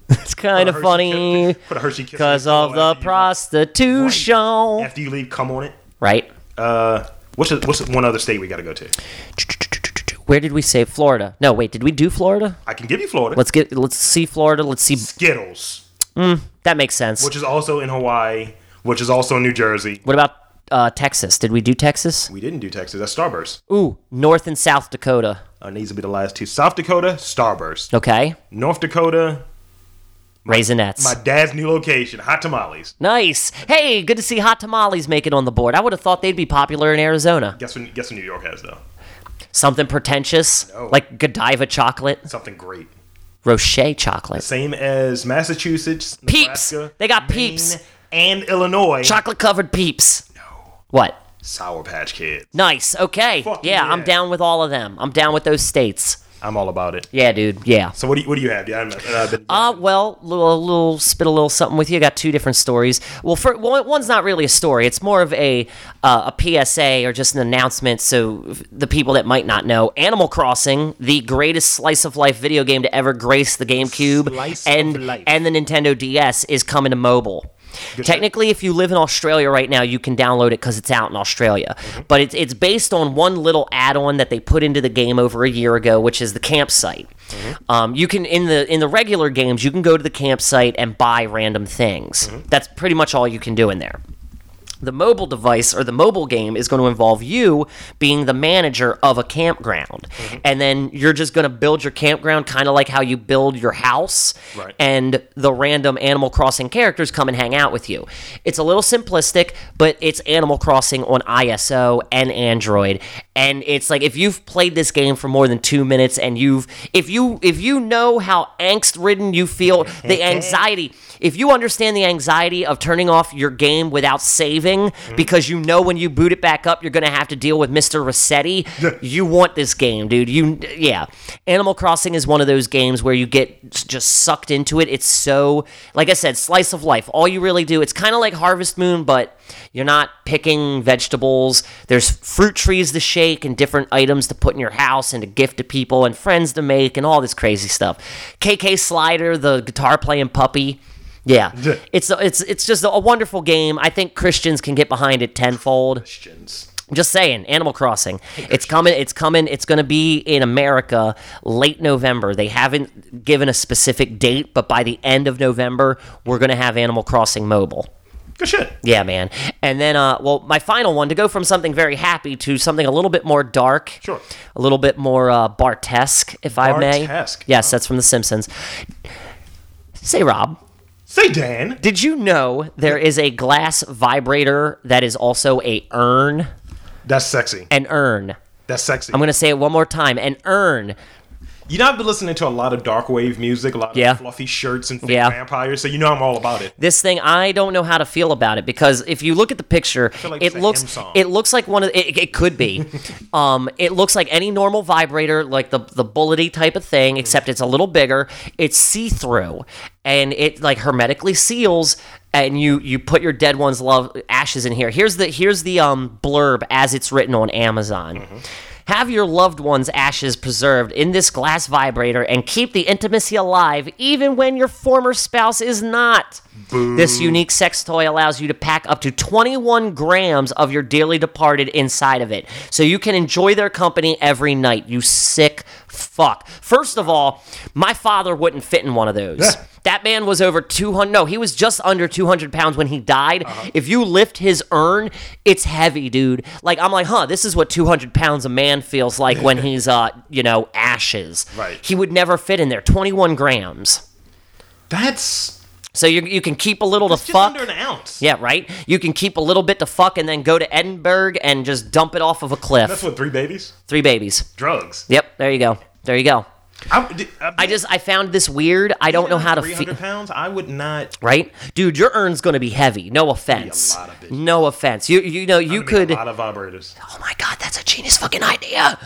Speaker 2: it's kind of
Speaker 1: Hershey
Speaker 2: funny
Speaker 1: Kiss- put a Hershey Kiss in
Speaker 2: because
Speaker 1: your
Speaker 2: of
Speaker 1: pillow
Speaker 2: the
Speaker 1: after you-
Speaker 2: prostitution.
Speaker 1: After you leave, come on it.
Speaker 2: Right?
Speaker 1: Uh, what's the- what's the one other state we got to go to?
Speaker 2: Where did we say Florida? No, wait, did we do Florida?
Speaker 1: I can give you Florida.
Speaker 2: Let's get let's see Florida. Let's see.
Speaker 1: Skittles,
Speaker 2: That makes sense.
Speaker 1: which is also in Hawaii, which is also in New Jersey.
Speaker 2: What about uh, Texas? Did we do Texas?
Speaker 1: We didn't do Texas. That's Starburst.
Speaker 2: Ooh, North and South Dakota.
Speaker 1: Uh, needs to be the last two. South Dakota, Starburst.
Speaker 2: Okay.
Speaker 1: North Dakota,
Speaker 2: Raisinets.
Speaker 1: My dad's new location, hot tamales.
Speaker 2: nice. Hey, good to see hot tamales make it on the board. I would have thought they'd be popular in Arizona.
Speaker 1: Guess what? Guess what New York has though?
Speaker 2: Something pretentious
Speaker 1: No.
Speaker 2: like Godiva chocolate,
Speaker 1: Something great.
Speaker 2: Rocher chocolate,
Speaker 1: Same as Massachusetts,
Speaker 2: Peeps.
Speaker 1: Nebraska,
Speaker 2: They got
Speaker 1: Maine,
Speaker 2: Peeps.
Speaker 1: and Illinois.
Speaker 2: chocolate covered peeps. No. What?
Speaker 1: Sour Patch Kids.
Speaker 2: Nice. Okay.
Speaker 1: Fuck
Speaker 2: yeah,
Speaker 1: yeah.
Speaker 2: I'm down with all of them. I'm down with those states.
Speaker 1: I'm all about it.
Speaker 2: Yeah, dude. Yeah.
Speaker 1: So what do you, what do you have? Yeah, I'm, uh, been,
Speaker 2: Uh, well, little, little spit a little something with you. I got two different stories. Well, for, one, one's not really a story. It's more of a uh, a PSA or just an announcement. So f- the people that might not know, Animal Crossing, the greatest slice of life video game to ever grace the GameCube
Speaker 1: Slice of
Speaker 2: and
Speaker 1: life.
Speaker 2: and the Nintendo DS, is coming to mobile. Technically, if you live in Australia right now, you can download it because it's out in Australia.
Speaker 1: Mm-hmm.
Speaker 2: But it's, it's based on one little add-on that they put into the game over a year ago, which is the campsite.
Speaker 1: Mm-hmm.
Speaker 2: Um, you can in the in the regular games, you can go to the campsite and buy random things.
Speaker 1: Mm-hmm.
Speaker 2: That's pretty much all you can do in there. The mobile device or the mobile game is going to involve you being the manager of a campground. And then you're just going to build your campground kind of like how you build your house.
Speaker 1: Right.
Speaker 2: And the random Animal Crossing characters come and hang out with you. It's a little simplistic, but it's Animal Crossing on ISO and Android. And it's like if you've played this game for more than 2 minutes and you've if you if you know how angst-ridden you feel, the anxiety if you understand the anxiety of turning off your game without saving because you know when you boot it back up you're going to have to deal with Mr. Rossetti, you want this game, dude. You yeah. Animal Crossing is one of those games where you get s- just sucked into it. It's so like I said, slice of life. All you really do, it's kind of like Harvest Moon but you're not picking vegetables. There's fruit trees to shake and different items to put in your house and to gift to people and friends to make and all this crazy stuff. KK Slider, the guitar playing puppy. Yeah, it's it's it's just a wonderful game. I think Christians can get behind it tenfold.
Speaker 1: questions.
Speaker 2: Just saying, Animal Crossing. It's coming. It's coming. It's going to be in America late November. They haven't given a specific date, but by the end of November, we're going to have Animal Crossing Mobile.
Speaker 1: Good shit.
Speaker 2: Yeah, man. And then, uh, well, my final one to go from something very happy to something a little bit more dark.
Speaker 1: Sure.
Speaker 2: A little bit more uh, Bartesque, if I may.
Speaker 1: Bartesque.
Speaker 2: Yes, that's from The Simpsons. Say, Rob.
Speaker 1: Say Dan.
Speaker 2: Did you know there is a glass vibrator that is also a urn?
Speaker 1: That's sexy.
Speaker 2: An urn.
Speaker 1: That's sexy.
Speaker 2: I'm gonna say it one more time. An urn.
Speaker 1: you know, I've been listening to a lot of dark wave music, a lot of
Speaker 2: Yeah.
Speaker 1: fluffy shirts and fake
Speaker 2: Yeah.
Speaker 1: vampires, so you know I'm all about it.
Speaker 2: This thing, I don't know how to feel about it because if you look at the picture,
Speaker 1: like
Speaker 2: it
Speaker 1: it's a hymn
Speaker 2: looks
Speaker 1: song.
Speaker 2: it looks like one of it, it could be. um, it looks like any normal vibrator, like the the bullety type of
Speaker 1: Mm.
Speaker 2: thing, except it's a little bigger. It's see through, and it like hermetically seals. And you you put your dead one's love ashes in here. Here's the here's the um blurb as it's written on Amazon.
Speaker 1: Mm-hmm.
Speaker 2: Have your loved one's ashes preserved in this glass vibrator and keep the intimacy alive even when your former spouse is not. This unique sex toy allows you to pack up to 21 grams of your dearly departed inside of it. So you can enjoy their company every night, you sick fuck. First of all, my father wouldn't fit in one of those.
Speaker 1: Yeah.
Speaker 2: That man was over 200. No, he was just under 200 pounds when he died.
Speaker 1: Uh-huh.
Speaker 2: If you lift his urn, it's heavy, dude. Like, I'm like, huh, this is what 200 pounds a man feels like when he's, uh, you know, ashes.
Speaker 1: Right.
Speaker 2: He would never fit in there. 21 grams.
Speaker 1: That's
Speaker 2: So you, you can keep a little
Speaker 1: it's
Speaker 2: to
Speaker 1: just
Speaker 2: fuck.
Speaker 1: under an ounce.
Speaker 2: yeah, right? You can keep a little bit to fuck and then go to Edinburgh and just dump it off of a cliff.
Speaker 1: That's what three babies?
Speaker 2: Three babies.
Speaker 1: Drugs.
Speaker 2: Yep, there you go. There you go.
Speaker 1: I, did-
Speaker 2: I just, I found this weird. I don't know how to feel.
Speaker 1: 300 pounds? I would not.
Speaker 2: right? Dude, your urn's gonna be heavy. No offense.
Speaker 1: lot of bitches.
Speaker 2: no offense. You you know
Speaker 1: I
Speaker 2: you
Speaker 1: make
Speaker 2: could.
Speaker 1: A lot of vibrators.
Speaker 2: oh my god, that's a genius fucking idea.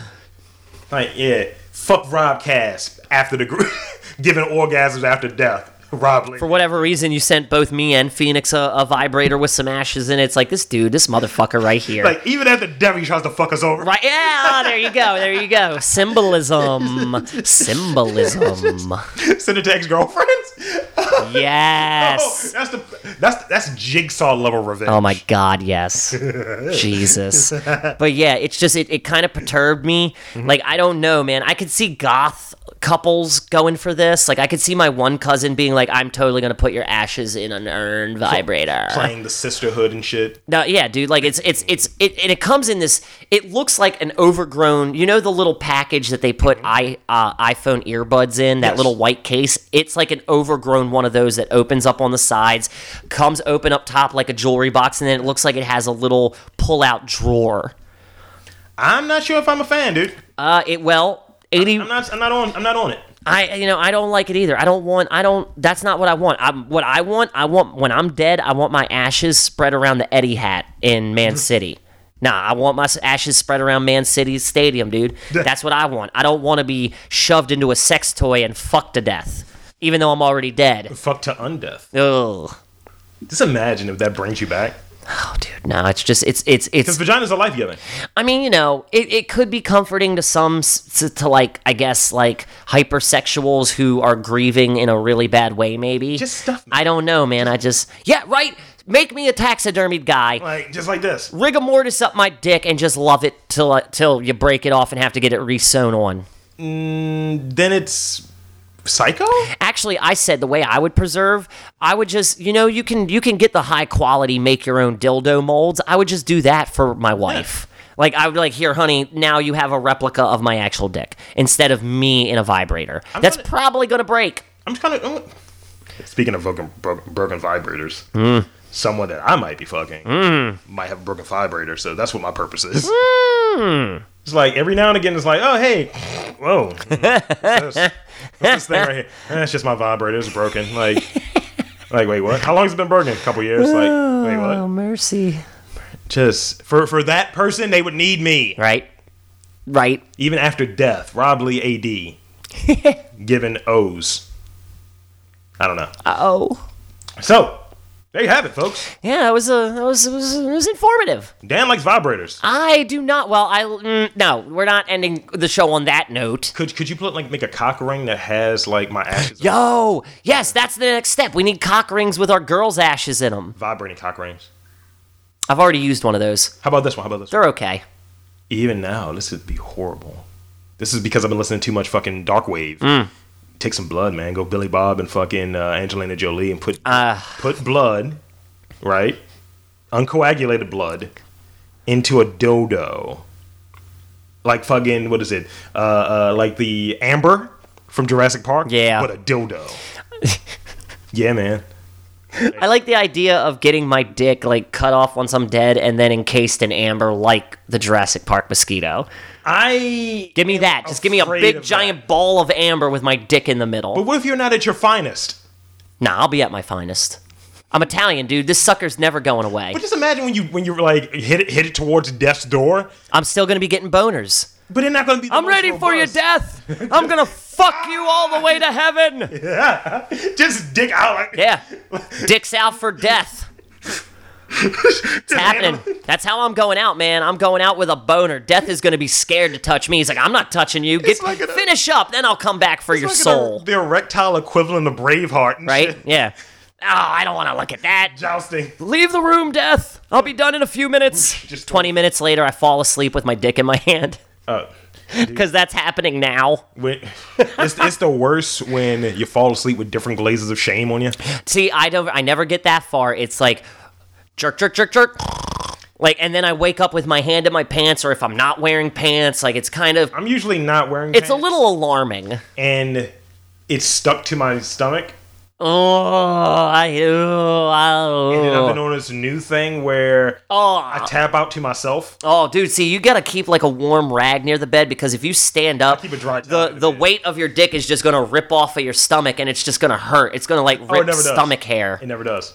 Speaker 1: Like, yeah. Fuck Rob Cass after the group. giving orgasms after death. Rob Lee.
Speaker 2: For whatever reason, you sent both me and Phoenix a, a vibrator with some ashes in it. It's like this dude, this motherfucker right here.
Speaker 1: Like, even after death, he tries to fuck us over.
Speaker 2: Right, yeah, there you go, there you go. Symbolism, symbolism.
Speaker 1: Send it to ex girlfriends? Oh,
Speaker 2: Yes.
Speaker 1: that's the that's that's jigsaw level revenge.
Speaker 2: Oh my God, yes. Jesus. But yeah, it's just, it, it kind of perturbed me. Like, I don't know, man. I could see goth couples going for this. Like I could see my one cousin being like, "I'm totally gonna put your ashes in an urn vibrator."
Speaker 1: playing the sisterhood and shit.
Speaker 2: No, yeah, dude. Like it's it's it's it, and it comes in this. It looks like an overgrown. You know the little package that they put i uh, iPhone earbuds in that
Speaker 1: Yes.
Speaker 2: little white case. It's like an overgrown one of those that opens up on the sides, comes open up top like a jewelry box, and then it looks like it has a little pull out drawer.
Speaker 1: I'm not sure if I'm a fan, dude.
Speaker 2: Uh, it e- well eighty.
Speaker 1: I'm not. I'm not on. I'm not on it.
Speaker 2: I you know I don't like it either. I don't want I don't that's not what I want. I'm what I want. I want when I'm dead, I want my ashes spread around the Eddie hat in Man City. Nah, I want my s- ashes spread around Man City's stadium, dude. That's what I want. I don't want to be shoved into a sex toy and fucked to death, even though I'm already dead.
Speaker 1: Fuck to undeath.
Speaker 2: Ugh.
Speaker 1: Just imagine if that brings you back.
Speaker 2: Oh, dude, no, it's just it's it's
Speaker 1: Because
Speaker 2: it's
Speaker 1: vaginas are life giving.
Speaker 2: I mean, you know, it, it could be comforting to some, s- to, to like, I guess, like hypersexuals who are grieving in a really bad way, maybe.
Speaker 1: Just stuff me.
Speaker 2: I don't know, man. I just, yeah, right. Make me a taxidermied guy.
Speaker 1: Like just like this.
Speaker 2: Rigor mortis up my dick and just love it till I- till you break it off and have to get it re sewn on.
Speaker 1: Then it's psycho.
Speaker 2: Actually, I said the way I would preserve, I would just, you know, you can you can get the high quality make your own dildo molds. I would just do that for my wife. Like I would be like, here, honey, now you have a replica of my actual dick instead of me in a vibrator. That's
Speaker 1: gonna-
Speaker 2: probably gonna break.
Speaker 1: I'm just kind of. Speaking of broken, broken, broken vibrators, someone that I might be fucking might have a broken vibrator, so that's what my purpose is. It's like every now and again, it's like, oh hey, whoa, what's this, What's this thing right here? That's just my vibrator. It's broken. Like, like wait, what? How long has it been broken? A couple years. Like, wait, what?
Speaker 2: mercy.
Speaker 1: Just for for that person, they would need me
Speaker 2: Right. Right.
Speaker 1: even after death. Rob Lee, AD, given O's. I don't know.
Speaker 2: Uh oh.
Speaker 1: So there you have it, folks.
Speaker 2: Yeah, that was a that was, it was it was informative.
Speaker 1: Dan likes vibrators.
Speaker 2: I do not. Well, I mm, no, we're not ending the show on that note.
Speaker 1: Could could you put like make a cock ring that has like my ashes?
Speaker 2: Yo, yes, that's the next step. We need cock rings with our girls' ashes in them.
Speaker 1: Vibrating cock rings.
Speaker 2: I've already used one of those.
Speaker 1: How about this one? How about this one?
Speaker 2: They're okay.
Speaker 1: Even now, this would be horrible. This is because I've been listening to too much fucking dark wave. Take some blood, man. Go Billy Bob and fucking uh, Angelina Jolie and put put blood, right? Uncoagulated blood into a dodo. Like fucking what is it? Uh, uh, like the amber from Jurassic Park.
Speaker 2: Yeah.
Speaker 1: but a dildo. yeah, man.
Speaker 2: I like the idea of getting my dick like cut off once I'm dead and then encased in amber like the Jurassic Park mosquito.
Speaker 1: I.
Speaker 2: Give me that. Just give me a
Speaker 1: afraid
Speaker 2: big
Speaker 1: of
Speaker 2: giant ball of amber with my dick in the middle.
Speaker 1: But what if you're not at your finest?
Speaker 2: Nah, I'll be at my finest. I'm Italian, dude. This sucker's never going away.
Speaker 1: But just imagine when you when you're like hit it hit it towards death's door.
Speaker 2: I'm still gonna be getting boners.
Speaker 1: But they're not going to be. The
Speaker 2: I'm
Speaker 1: most
Speaker 2: ready for your
Speaker 1: robust.
Speaker 2: death. I'm gonna fuck you all the way to heaven.
Speaker 1: Just dick out. Like,
Speaker 2: Yeah. Dick's out for death.
Speaker 1: Just
Speaker 2: happening.
Speaker 1: handle-
Speaker 2: That's how I'm going out, man. I'm going out with a boner. Death is going to be scared to touch me. He's like, I'm not touching you. Get
Speaker 1: like an-
Speaker 2: finish up, then I'll come back for your
Speaker 1: Look at the-
Speaker 2: soul.
Speaker 1: The, erectile equivalent of Braveheart, and
Speaker 2: right?
Speaker 1: shit.
Speaker 2: Yeah. Oh, I don't want to look at that.
Speaker 1: Jousting.
Speaker 2: Leave the room, Death. I'll be done in a few minutes.
Speaker 1: Just-
Speaker 2: Twenty minutes later, I fall asleep with my dick in my hand
Speaker 1: Uh,
Speaker 2: because that's happening now.
Speaker 1: when, it's, it's the worst when you fall asleep with different glazes of shame on you.
Speaker 2: See, I don't. I never get that far. It's like jerk, jerk, jerk, jerk. Like, and then I wake up with my hand in my pants, or if I'm not wearing pants, like it's kind of.
Speaker 1: I'm usually not wearing.
Speaker 2: It's a
Speaker 1: pants,
Speaker 2: little alarming.
Speaker 1: and it's stuck to my stomach.
Speaker 2: Oh, I, oh,
Speaker 1: And I've been
Speaker 2: I,
Speaker 1: on this new thing where
Speaker 2: oh,
Speaker 1: I tap out to myself.
Speaker 2: oh, dude. See, you gotta keep like a warm rag near the bed because if you stand up,
Speaker 1: keep a dry towel
Speaker 2: the
Speaker 1: in the
Speaker 2: the
Speaker 1: bed.
Speaker 2: weight of your dick is just gonna rip off of your stomach, and it's just gonna hurt. It's gonna like
Speaker 1: Oh, it
Speaker 2: rip
Speaker 1: never does.
Speaker 2: stomach hair.
Speaker 1: It never does.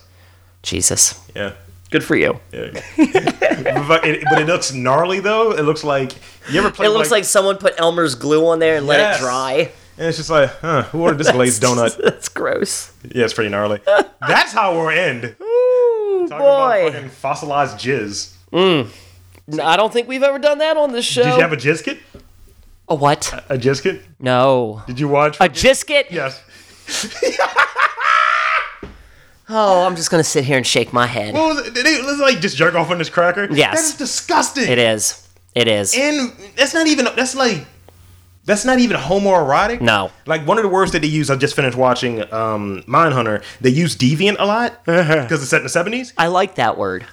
Speaker 2: Jesus,
Speaker 1: Yeah.
Speaker 2: good for you.
Speaker 1: Yeah. but, it, but it looks gnarly though. It looks like you ever play.
Speaker 2: It looks like someone put Elmer's glue on there and let
Speaker 1: Yes.
Speaker 2: it dry.
Speaker 1: and it's just like, huh? Who ordered this glazed donut?
Speaker 2: That's gross.
Speaker 1: Yeah, it's pretty gnarly. That's how we'll end.
Speaker 2: Ooh,
Speaker 1: Talking about
Speaker 2: boy.
Speaker 1: fucking fossilized jizz.
Speaker 2: I don't think we've ever done that on this show.
Speaker 1: Did you have a jizzkit?
Speaker 2: a what?
Speaker 1: A jizzkit?
Speaker 2: No.
Speaker 1: Did you watch?
Speaker 2: A jisket?
Speaker 1: yes.
Speaker 2: Oh, I'm just gonna sit here and shake my head.
Speaker 1: What was it? Did it was it like just jerk off on this cracker?
Speaker 2: Yes.
Speaker 1: That is disgusting.
Speaker 2: It is. It is.
Speaker 1: And that's not even. That's like That's not even homoerotic.
Speaker 2: No.
Speaker 1: Like one of the words that they use, I just finished watching um, Mindhunter. They use deviant a lot
Speaker 2: Uh-huh.
Speaker 1: because it's set in the 70s.
Speaker 2: I like that word.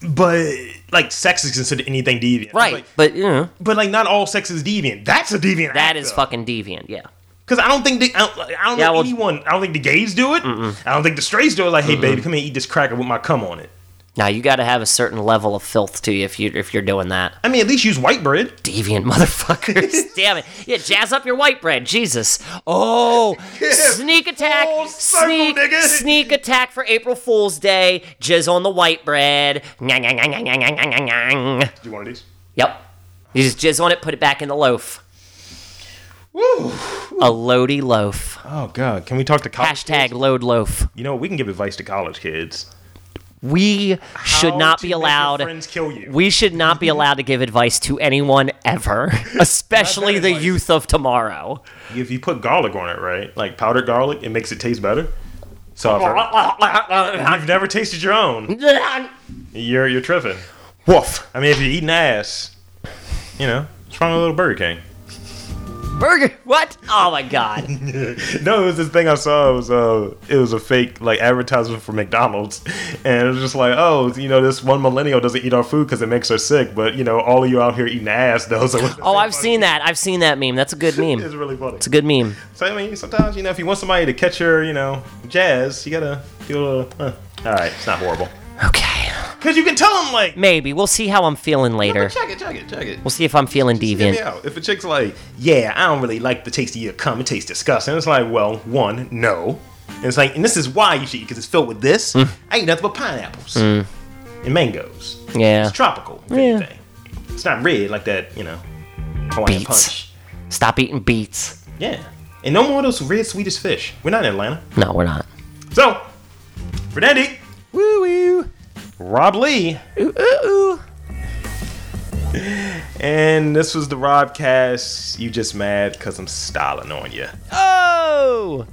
Speaker 1: But like sex is considered anything deviant.
Speaker 2: Right,
Speaker 1: Like,
Speaker 2: but you know,
Speaker 1: but like not all sex is deviant. That's a deviant.
Speaker 2: that is fucking deviant. Yeah.
Speaker 1: Because I don't think the, I don't, I don't
Speaker 2: Yeah,
Speaker 1: know
Speaker 2: well-
Speaker 1: anyone. I don't think the gays do it. I don't think the strays do it. Like, hey baby, come here, eat this cracker with my cum on it.
Speaker 2: Now you got to have a certain level of filth to you if you if you're doing that.
Speaker 1: I mean, at least use white bread.
Speaker 2: Deviant motherfuckers. Damn it. Yeah, jazz up your white bread. Jesus. Oh, sneak attack.
Speaker 1: Full circle,
Speaker 2: sneak,
Speaker 1: nigga.
Speaker 2: sneak attack for April Fool's Day. Jizz on the white bread. Nyang, nyang, nyang, nyang, nyang, nyang, nyang, nyang.
Speaker 1: Do you want these?
Speaker 2: Yep. You just jizz on it, put it back in the loaf.
Speaker 1: Woo!
Speaker 2: A loady loaf.
Speaker 1: Oh god, can we talk to college?
Speaker 2: Hashtag load loaf.
Speaker 1: You know, we can give advice to college kids.
Speaker 2: We should
Speaker 1: How
Speaker 2: not
Speaker 1: to
Speaker 2: be
Speaker 1: make your
Speaker 2: allowed.
Speaker 1: friends kill you.
Speaker 2: We should not be allowed to give advice to anyone ever, especially the
Speaker 1: advice.
Speaker 2: youth of tomorrow.
Speaker 1: If you put garlic on it, right, like powdered garlic, it makes it taste better. So I've heard. If You've never tasted your own. You're you're tripping.
Speaker 2: Woof.
Speaker 1: I mean, if you're eating ass, you know, what's wrong with a little Burger King?
Speaker 2: Burger. What? Oh my god.
Speaker 1: No, it was this thing I saw. It was uh, it was a fake like advertisement for McDonald's, and it was just like, oh, you know, this one millennial doesn't eat our food because it makes her sick, but you know, all of you out here eating ass though. So it's-
Speaker 2: Oh, I've seen that. I've seen that meme. That's a good meme.
Speaker 1: It's
Speaker 2: It's
Speaker 1: really funny.
Speaker 2: a good meme.
Speaker 1: So I mean, sometimes you know, if you want somebody to catch your, you know, jazz, you gotta do a little. Uh, all right, it's not horrible.
Speaker 2: Okay.
Speaker 1: Cause you can tell them like,
Speaker 2: Maybe we'll see how I'm feeling
Speaker 1: "Well,
Speaker 2: later.
Speaker 1: check it, check it, check it.
Speaker 2: We'll see if I'm feeling
Speaker 1: Hear me
Speaker 2: deviant.
Speaker 1: out. If a chick's like, yeah, I don't really like the taste of your cum, it tastes disgusting. It's like, well, one, no. And it's like, and this is why you should eat because it's filled with this.
Speaker 2: Mm.
Speaker 1: I eat nothing but pineapples and mangoes.
Speaker 2: Yeah.
Speaker 1: It's tropical. If
Speaker 2: Yeah.
Speaker 1: anything. It's not red like that, you know, Hawaiian
Speaker 2: Beets.
Speaker 1: punch.
Speaker 2: Stop eating beets.
Speaker 1: Yeah. And no more of those red Swedish fish. We're not in Atlanta.
Speaker 2: No, we're not.
Speaker 1: So, for Dandy,
Speaker 2: Woo woo.
Speaker 1: Rob Lee,
Speaker 2: Ooh ooh ooh.
Speaker 1: and this was the Robcast. You just mad because I'm styling on you.
Speaker 2: Oh.